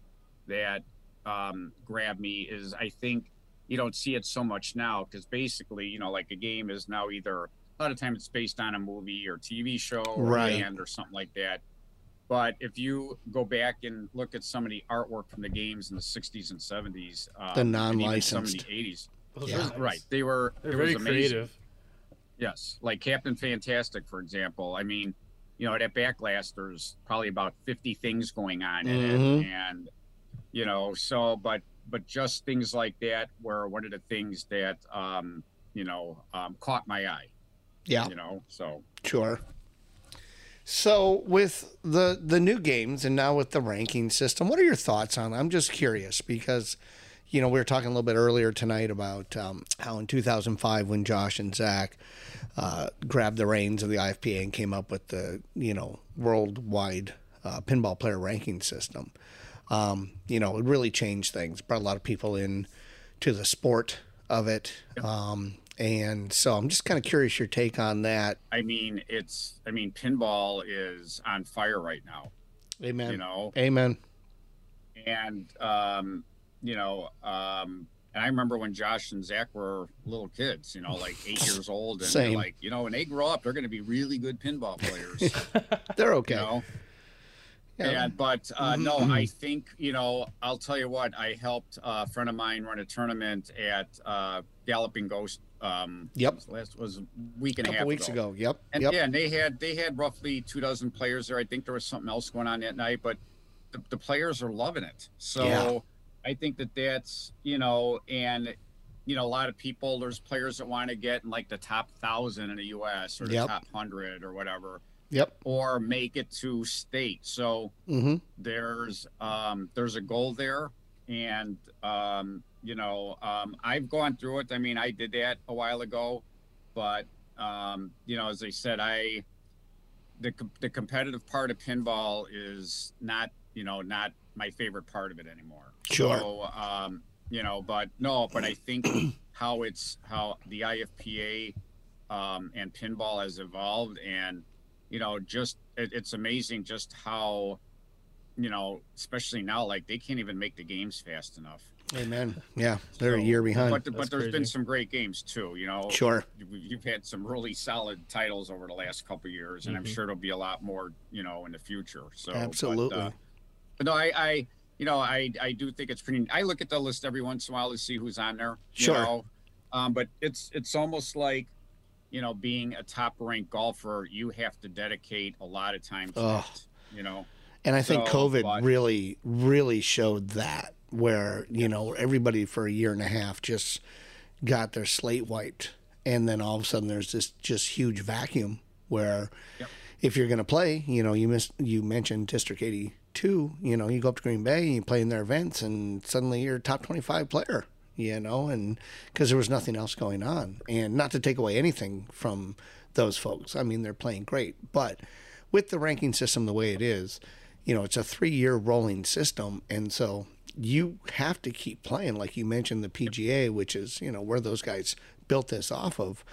that um grabbed me is i think you don't see it so much now because basically you know like a game is now either a lot of times it's based on a movie or tv show or
Right.
band or something like that but if you go back and look at some of the artwork from the games in the 60s and 70s uh,
The
and even some of the
non-licensed.
80s
Those
Yeah.
guys,
right they were
They're
it was
very
amazing.
creative.
Yes, like Captain Fantastic, for example. I mean, you know, at Backlash, there's probably about 50 things going on in
Mhm.
it, and you know, so but but just things like that were one of the things that um, you know um, caught my eye.
Yeah.
You know, so
Sure. So with the the new games and now with the ranking system, what are your thoughts on? I'm just curious because, you know, we were talking a little bit earlier tonight about um, how in 2005 when Josh and Zach uh, grabbed the reins of the IFPA and came up with the you know worldwide uh, pinball player ranking system. Um, you know, it really changed things. Brought a lot of people in to the sport of it. Um, and so I'm just kind of curious your take on that.
I mean, it's I mean, pinball is on fire right now.
Amen.
You know,
Amen.
and um, you know, um, And I remember when Josh and Zach were little kids, you know, like eight years old, and
Same.
they're like, you know, when they grow up, they're going to be really good pinball players.
They're
You
okay.
know,
yeah.
and but uh, no, I think you know. I'll tell you what. I helped a friend of mine run a tournament at uh, Galloping Ghost. Um,
Yep.
last was a week and
A
a
couple
half
weeks ago. Yep.
And
yep.
yeah, and they had they had roughly two dozen players there. I think there was something else going on that night, but the, the players are loving it. So
Yeah.
I think that that's you know, and you know, a lot of people. There's players that want to get in like the top thousand in the U.S. or the
Yep.
top hundred or whatever,
Yep.
or make it to state. So
Mm-hmm.
there's um, there's a goal there, and um, you know um, I've gone through it. I mean, I did that a while ago, but um, you know, as I said, I the com- the competitive part of pinball is not you know not my favorite part of it anymore.
Sure.
So, um, you know, but no, but I think how it's how the IFPA um, and pinball has evolved, and you know, just it, it's amazing just how you know, especially now, like they can't even make the games fast enough.
Amen. Yeah. They're a
So-
year behind.
But oh, but
That's
there's been
crazy.
some great games too. You know,
sure.
You- you've had some really solid titles over the last couple years, and I'm
Mhm.
sure there'll be a lot more. You know, in the future. So but, uh,
Absolutely.
but no, I, I, you know, I, I do think it's pretty. I look at the list every once in a while to see who's on there. you
Sure.
know. Um, but it's it's almost like, you know, being a top ranked golfer, you have to dedicate a lot of time to
Ugh.
it. You know.
And I think
So,
COVID
but-
really, really showed that where, you know, everybody for a year and a half just got their slate wiped. And then all of a sudden there's this just huge vacuum where
Yep.
if you're going to play, you know, you missed, you mentioned District 82, you know, you go up to Green Bay and you play in their events and suddenly you're a top 25 player, you know, and because there was nothing else going on. And not to take away anything from those folks. I mean, they're playing great, but with the ranking system the way it is, you know, it's a three year rolling system. And so you have to keep playing. Like you mentioned, the PGA, which is, you know, where those guys built this off of.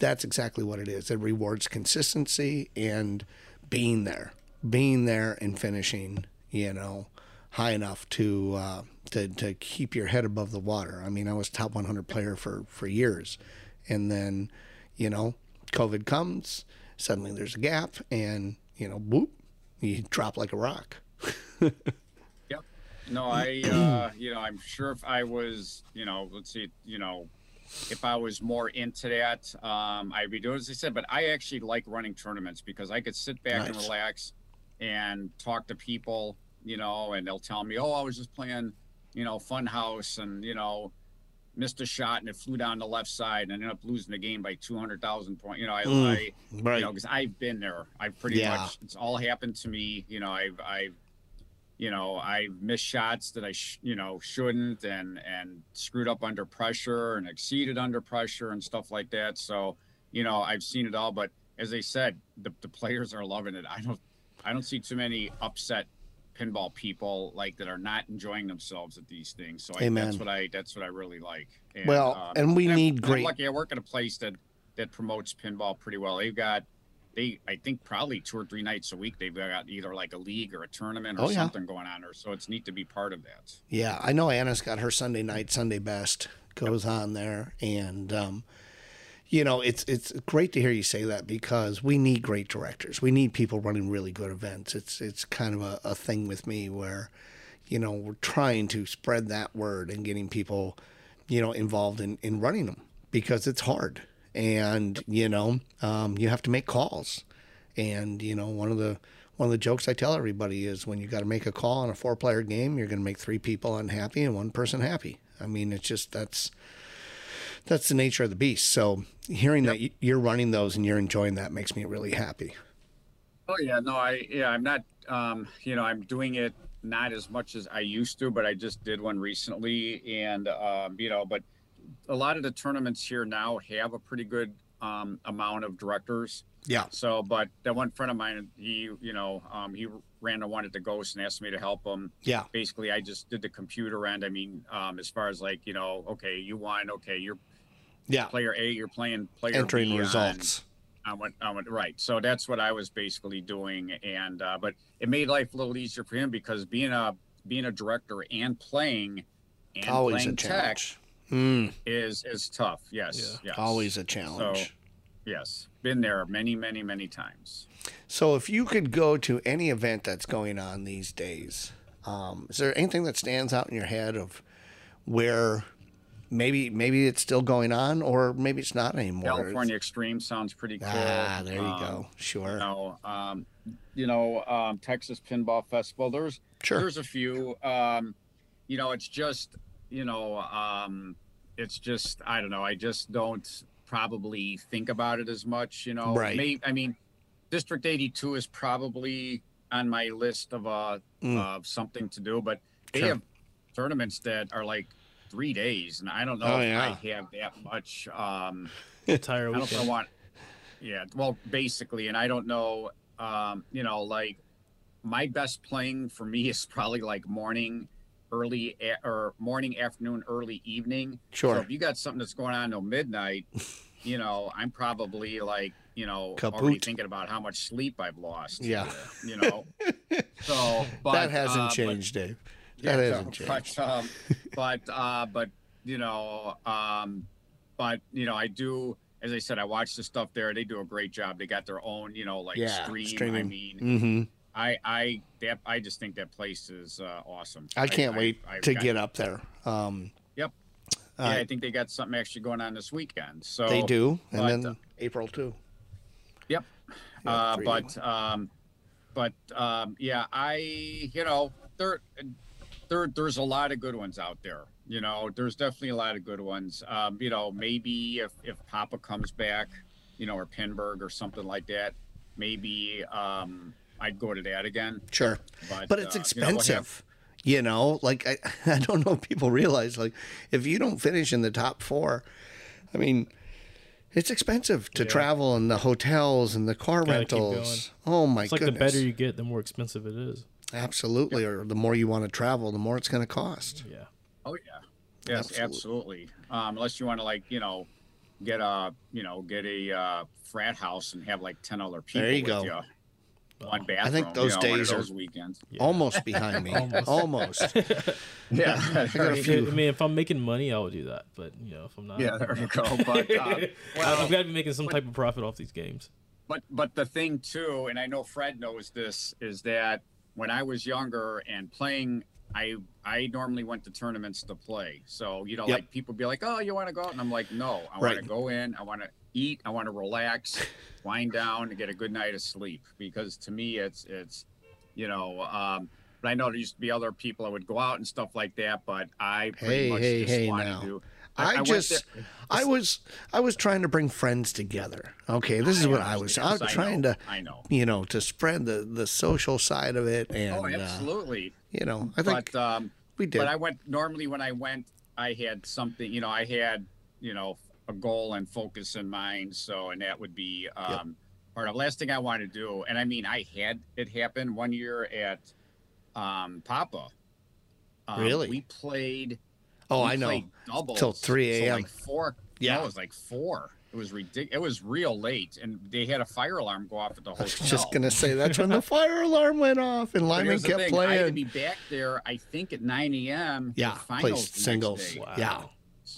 That's exactly what it is. It rewards consistency and being there, being there and finishing, you know, high enough to, uh, to, to keep your head above the water. I mean, I was top 100 player for, for years. And then, you know, COVID comes, suddenly there's a gap, and, you know, whoop, you drop like a rock.
Yep. No, I, uh, you know, I'm sure if I was, you know, let's see, you know, if I was more into that, um, I'd be doing as I said. But I actually like running tournaments because I could sit back and
Nice.
relax and talk to people, you know, and they'll tell me, oh, I was just playing, you know, Funhouse and, you know, missed a shot and it flew down the left side and ended up losing the game by 200,000 points. You know, I,
Mm.
I you know, because I've been there. I've pretty
Yeah.
much it's all happened to me. You know, I've I've you know I missed shots that I sh- you know shouldn't and and screwed up under pressure and exceeded under pressure and stuff like that. So you know I've seen it all. But as they said, the, the players are loving it. I don't I don't see too many upset pinball people like that are not enjoying themselves at these things. So I,
Amen.
that's what I that's what I really like. And,
Well,
um,
and we
I'm-
need
I'm
great.
lucky I work at a place that that promotes pinball pretty well. They've got they I think probably two or three nights a week they've got either like a league or a tournament or
Oh, yeah.
something going on there. So it's neat to be part of that.
Yeah, I know Anna's got her Sunday night, Sunday best goes on there, and um, you know it's it's great to hear you say that because we need great directors. We need people running really good events. It's it's kind of a, a thing with me where, you know, we're trying to spread that word and getting people, you know, involved in in running them because it's hard, and you know, um, you have to make calls. And you know, one of the one of the jokes I tell everybody is when you got to make a call on a four player game, you're going to make three people unhappy and one person happy. I mean, it's just that's that's the nature of the beast. So hearing that that you're running those and you're enjoying that makes me really happy.
Oh yeah, no, I yeah, I'm not um, you know, I'm doing it not as much as I used to, but I just did one recently and um, you know, but a lot of the tournaments here now have a pretty good um, amount of directors.
Yeah.
So, but that one friend of mine, he, you know, um, he ran the one at the Ghost and asked me to help him.
Yeah.
Basically, I just did the computer end. I mean, um, as far as like, you know, okay, you won, okay, you're
Yeah.
player A, you're playing player B
Entering
on-
results.
I went, I went right. So that's what I was basically doing, and uh, but it made life a little easier for him because being a being a director and playing and
Always a
playing tech
challenge. Mm,
is is tough. Yes, yes.
always a challenge.
Yes, been there many, many, many times.
So, if you could go to any event that's going on these days, um, is there anything that stands out in your head of where maybe maybe it's still going on or maybe it's not anymore?
California Extreme sounds pretty cool.
Ah, there you
Um,
go. Sure.
You know, um, you know um, Texas Pinball Festival. There's
Sure.
there's a few. Um, you know, it's just you know, um, it's just I don't know. I just don't probably think about it as much. You know,
Right.
May- I mean, District 82 is probably on my list of uh,
Mm.
of something to do, but they
Sure.
have tournaments that are like three days, and I don't know
Oh,
if
yeah.
I have that much. Um,
entire
I don't know
weekend.
what. Yeah, well, basically, and I don't know. Um, you know, like my best playing for me is probably like morning, early a- or morning, afternoon, early evening. So
sure.
if you got something that's going on till midnight, you know, I'm probably like you know already
Kaput.
thinking about how much sleep I've lost.
Yeah.
You know. so but,
that hasn't
uh, but-
changed, Dave. That hasn't
no,
changed.
But, um, but, uh, but you know, um, but you know, I do. As I said, I watch the stuff there. They do a great job. They got their own, you know, like
Yeah,
stream. I
streaming.
mean,
Mm-hmm.
I, I, that, I just think that place is uh, awesome.
I can't wait
I've
to
got-
get up there. Um,
Yep.
uh,
Yeah, I think they got something actually going on this weekend. So
they do, and
but,
then
uh,
April too.
Yep.
Yeah,
uh,
three to
but um, but um, yeah, I you know there there there's a lot of good ones out there. You know, there's definitely a lot of good ones. Um, you know, maybe if if Papa comes back, you know, or Pinberg or something like that, maybe um, I'd go to that again.
Sure.
But,
But it's
uh, you know, we'll have-
expensive. You know, like I, I don't know if people realize like if you don't finish in the top four, I mean, it's expensive to
Yeah.
travel and the hotels and the car
Gotta keep
rentals. Oh my
It's like
goodness!
the better you get, the more expensive it is.
Absolutely, or the more you want to travel, the more it's going to cost.
Yeah.
Oh yeah, yes, absolutely. Um, unless you want to like you know get a you know get a uh, frat house and have like ten other people.
There you
with
go.
ya.
Well,
One bathroom. you
those
know, one of
days are-
those weekends.
Yeah.
Almost behind me.
Almost.
Almost.
Yeah,
got a
If-
few.
I mean, if I'm making money, I will do that. But you know, if I'm not,
yeah, there we go. But, um,
I-
well,
I've got to be making some type of profit off these games.
but but the thing too, and I know Fred knows this, is that when I was younger and playing, I I normally went to tournaments to play. So you know,
Yep.
like people be like, "Oh, you want to go out?" And I'm like, "No, I want
Right.
to go in. I want to eat. I want to relax, wind down, and get a good night of sleep." Because to me, it's it's you know. Um, but I know there used to be other people that would go out and stuff like that, but I pretty
Hey,
much
hey,
just
hey,
wanted
now.
to.
I,
went
just,
there-
I was, I was trying to bring friends together. Okay, this is what I was. I
understand.
was
Yes,
trying
know.
to,
I know.
you know, to spread the the social side of it, and
Oh,
uh,
absolutely.
you know, I think
but um,
we did.
but I went normally when I went, I had something. You know, I had you know a goal and focus in mind. So, and that would be um, part of last thing I wanted to do. And I mean, I had it happen one year at um, Papa. Um,
Really?
We played.
oh,
we
I know.
played Doubles
Till 3
so
a.m..
like four.
Yeah.
Yeah, it was like four. It was ridiculous. It was real late, and they had a fire alarm go off at the
I
hotel.
was just gonna say that's when the fire alarm went off, and
But
Lyman
here's the
kept
thing, I had to
playing.
be back there, I think, at 9 a.m. for
yeah,
finals
plays
the next
singles.
day.
Wow.
Yeah.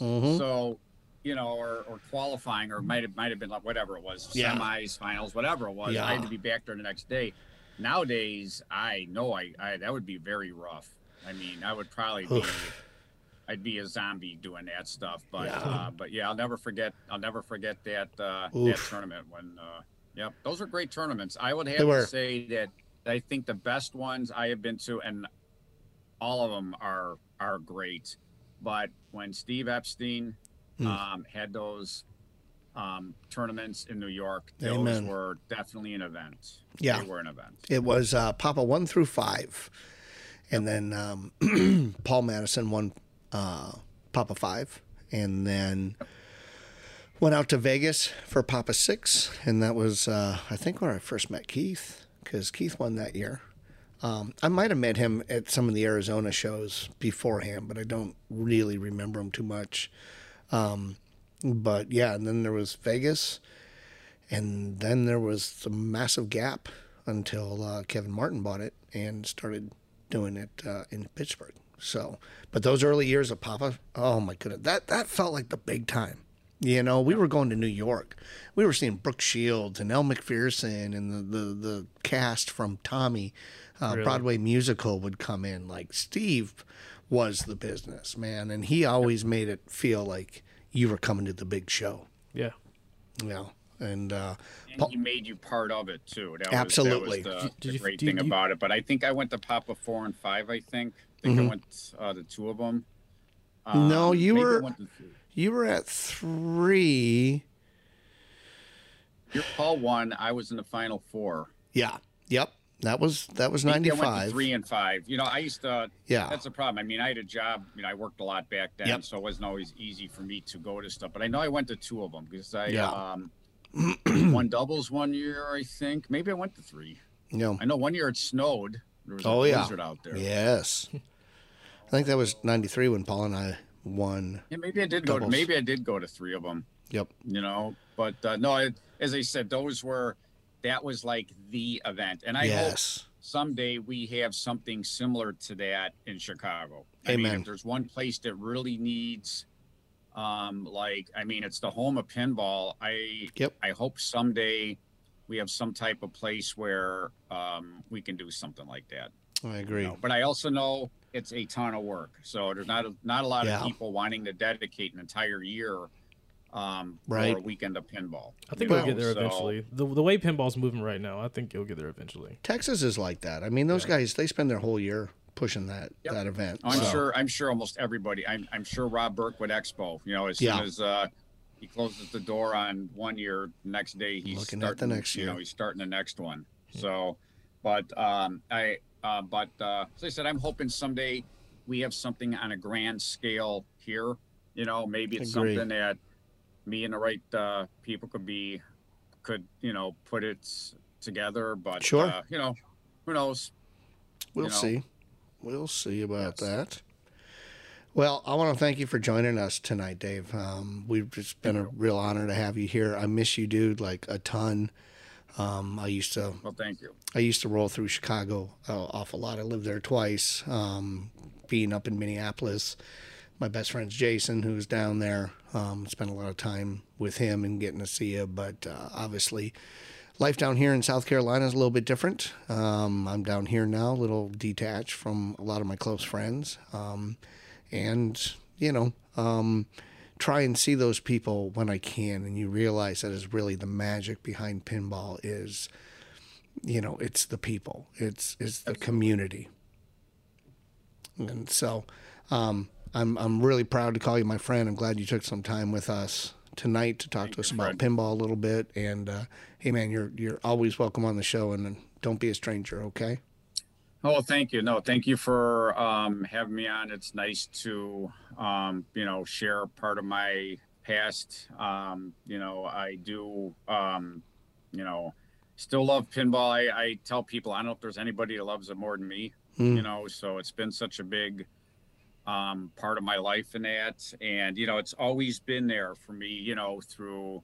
Mhm.
So, you know, or, or qualifying, or might have might have been like whatever it was,
Yeah.
semis, finals, whatever it was. I
Yeah.
had to be back there the next day. Nowadays, I know I, I that would be very rough. I mean, I would probably be. I'd be a zombie doing that stuff, but
Yeah.
Uh, but yeah, I'll never forget. I'll never forget that uh, that
Oof.
tournament when. Uh, yep, those were great tournaments. I would have
were.
to say that I think the best ones I have been to, and all of them are are great. But when Steve Epstein
Mm.
um, had those um, tournaments in New York, those
Amen.
were definitely an event.
Yeah.
they were an event.
It was uh, Papa one through five, and then um, Paul Madison won uh, Papa five, and then went out to Vegas for Papa six, and that was uh, I think where I first met Keith because Keith won that year. Um, I might have met him at some of the Arizona shows beforehand, but I don't really remember him too much. Um, but yeah, and then there was Vegas. And then there was a massive gap until uh, Kevin Martin bought it and started doing it uh, in Pittsburgh. So, but those early years of Papa, oh my goodness, that that felt like the big time. You know, we were going to New York. We were seeing Brooke Shields and El McPherson and the the, the cast from Tommy uh,
Really?
Broadway musical would come in. Like Steve was the business man, and he always made it feel like you were coming to the big show.
Yeah.
You know, and uh,
And he made you part of it too. That
Absolutely.
Was, that was the,
Did- did
the
you-
great
do you-
thing
do you-
about it. But I think I went to Papa four and five. I think. I think I went uh, the two of them.
Mm-hmm.
Um,
No, you were-
To,
you were at three.
your Paul won. I was in the final four.
Yeah. Yep. That was that was
I think
ninety
I went to
five.
three and five. You know, I used to.
Yeah.
That's the problem. I mean, I had a job. You know, I worked a lot back then,
Yep.
so it wasn't always easy for me to go to stuff. But I know I went to two of them because I
Yeah.
um, won doubles one year. I think maybe I went to three.
You know.
I know one year it snowed. There was a
Oh, yeah.
blizzard out there.
Yes. I think that was ninety three when Paul and I won.
Yeah, maybe I did go.
Doubles.
To, maybe I did go to three of them.
Yep.
You know, but uh, no. I, as I said, those were. That was like the event, and I hope
yes.
someday we have something similar to that in Chicago. I mean,
Amen.
if there's one place that really needs, um, like, I mean, it's the home of pinball. I
Yep.
I hope someday we have some type of place where um, we can do something like that.
I agree.
you know. But I also know it's a ton of work, so there's not a, not a lot
Yeah.
of people wanting to dedicate an entire year. Um,
Right.
For a weekend of pinball.
I think
you
Well,
we'll get there
so-
eventually. The, the way pinball's moving right now, I think you'll get there eventually.
Texas is like that. I mean, those guys they spend their whole year pushing that
Yep. Oh,
that event.
I'm
So,
sure. I'm sure almost everybody. I'm, I'm sure Rob Burke with Expo. You know, as
Yeah.
soon as uh, he closes the door on one year, next day he's
Looking at the
starting,
next
You know,
year. Hmm.
he's starting the next one. So, but um, I, uh, but uh, as I said, I'm hoping someday we have something on a grand scale here. You know, maybe it's
Agree.
something that me and the right uh, people could be could you know put it s- together. But
Sure.
uh, you know, who knows?
We'll
you know.
see. We'll see about
Yes.
that. Well, I want to thank you for joining us tonight, Dave. Um, we've just been a real honor to have you here. I miss you, dude, like a ton. Um, I used to
Well, thank you.
I used to roll through Chicago uh, awful lot. I lived there twice. Um, being up in Minneapolis, my best friend's Jason, who's down there, um, spent a lot of time with him and getting to see you. But uh, obviously, life down here in South Carolina is a little bit different. Um, I'm down here now, a little detached from a lot of my close friends, um, and you know. Um, try and see those people when i can and you realize that is really the magic behind pinball is you know it's the people it's it's the community and so um i'm i'm really proud to call you my friend i'm glad you took some time with us tonight to talk to us about pinball a little bit and uh hey man you're you're always welcome on the show and uh, don't be a stranger okay
Oh, thank you. No, thank you for um, having me on. It's nice to, um, you know, share part of my past. Um, you know, I do, um, you know, still love pinball. I, I tell people, I don't know if there's anybody that loves it more than me,
Mm.
you know, so it's been such a big um, part of my life in that. And, you know, it's always been there for me, you know, through,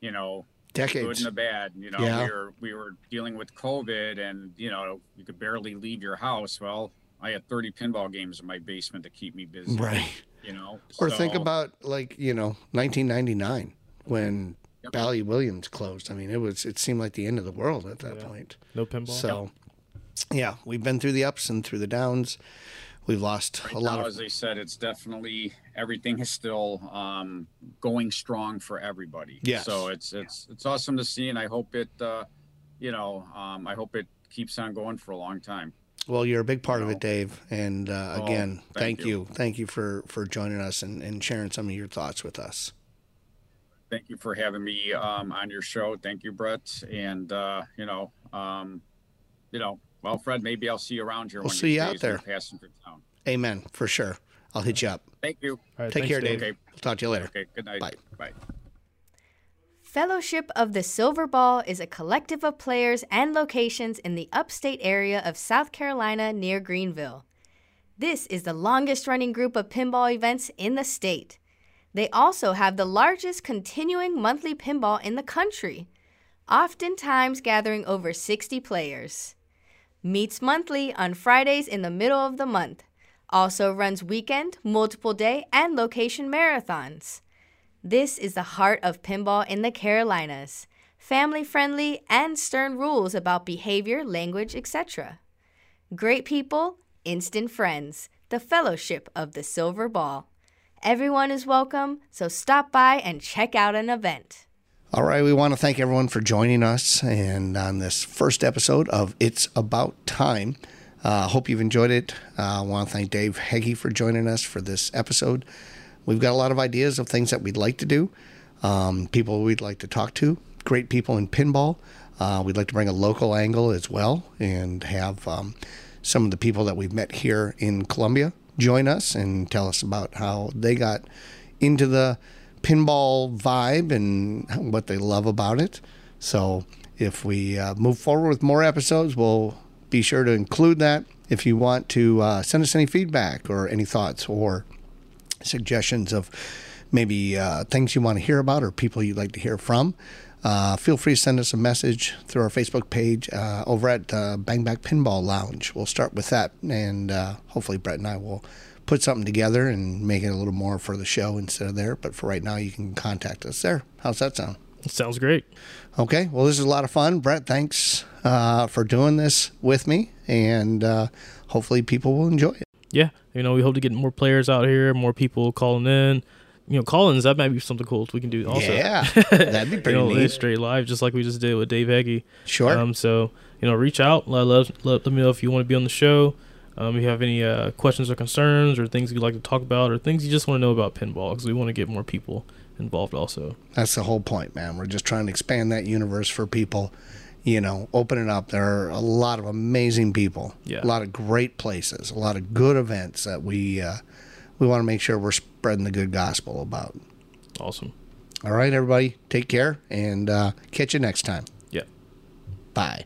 you know, good
decades
and the bad. You know,
Yeah.
we were we were dealing with COVID, and you know, you could barely leave your house. Well, I had 30 pinball games in my basement to keep me busy.
right
You know,
or think
So,
about like you know 1999 when
Yep.
Bally Williams closed. I mean, it was it seemed like the end of the world at that
Yeah.
point.
No pinball.
So, yeah, we've been through the ups and through the downs. We've lost a lot
now,
of
as I said, it's definitely everything is still um, going strong for everybody.
Yes.
So it's it's it's awesome to see, and I hope it, uh, you know, um, I hope it keeps on going for a long time.
Well, you're a big part of
No.
it, Dave. And uh,
Oh,
again, thank,
thank
you.
you.
thank you for for joining us and, and sharing some of your thoughts with us.
thank you for having me um, on your show. Thank you, Brett. And uh, you know, um, you know, well, Fred, maybe I'll see you around here.
We'll
one of
see
these
you out
days when
there.
I'm Passing through town.
Amen, for sure. I'll hit you up.
Thank you.
All right,
Take
thanks,
care, Dave.
Okay.
We'll talk to you later.
Okay. Good night.
Bye.
Bye.
Fellowship of the Silver Ball is a collective of players and locations in the upstate area of South Carolina near Greenville. This is the longest running group of pinball events in the state. They also have the largest continuing monthly pinball in the country, oftentimes gathering over 60 players. meets monthly on Fridays in the middle of the month. Also runs weekend, multiple day, and location marathons. This is the heart of pinball in the Carolinas. Family friendly and stern rules about behavior, language, etc. Great people, instant friends, the fellowship of the silver ball. Everyone is welcome, so stop by and check out an event.
All right, we want to thank everyone for joining us and on this first episode of It's About Time. Uh, hope you've enjoyed it. Uh, I want to thank Dave Heggie for joining us for this episode. We've got a lot of ideas of things that we'd like to do, um, people we'd like to talk to, great people in pinball. Uh, we'd like to bring a local angle as well and have um, some of the people that we've met here in Columbia join us and tell us about how they got into the pinball vibe and what they love about it. So if we uh, move forward with more episodes, we'll be sure to include that. If you want to uh, send us any feedback or any thoughts or suggestions of maybe uh, things you want to hear about or people you'd like to hear from, uh, feel free to send us a message through our Facebook page uh, over at uh, Bang Back Pinball Lounge. We'll start with that, and uh, hopefully Brett and I will put something together and make it a little more for the show instead of there. But for right now, you can contact us there. How's that sound?
Sounds great.
Okay. Well, this is a lot of fun. Brett, thanks uh, for doing this with me, and uh, hopefully people will enjoy it.
Yeah, you know, we hope to get more players out here, more people calling in. You know, call-ins that might be something cool we can do also.
Yeah, that'd be pretty
you know,
neat.
straight live, just like we just did with Dave Heggie.
Sure.
Um, so you know, reach out. Let let, let, let me know if you want to be on the show. Um, if you have any uh, questions or concerns, or things you'd like to talk about, or things you just want to know about pinball, because we want to get more people involved also.
That's the whole point, man. We're just trying to expand that universe for people. You know, open it up. There are a lot of amazing people.
Yeah.
A lot of great places. A lot of good events that we uh, we want to make sure we're spreading the good gospel about.
Awesome.
All right, everybody, take care and uh, catch you next time.
Yeah.
Bye.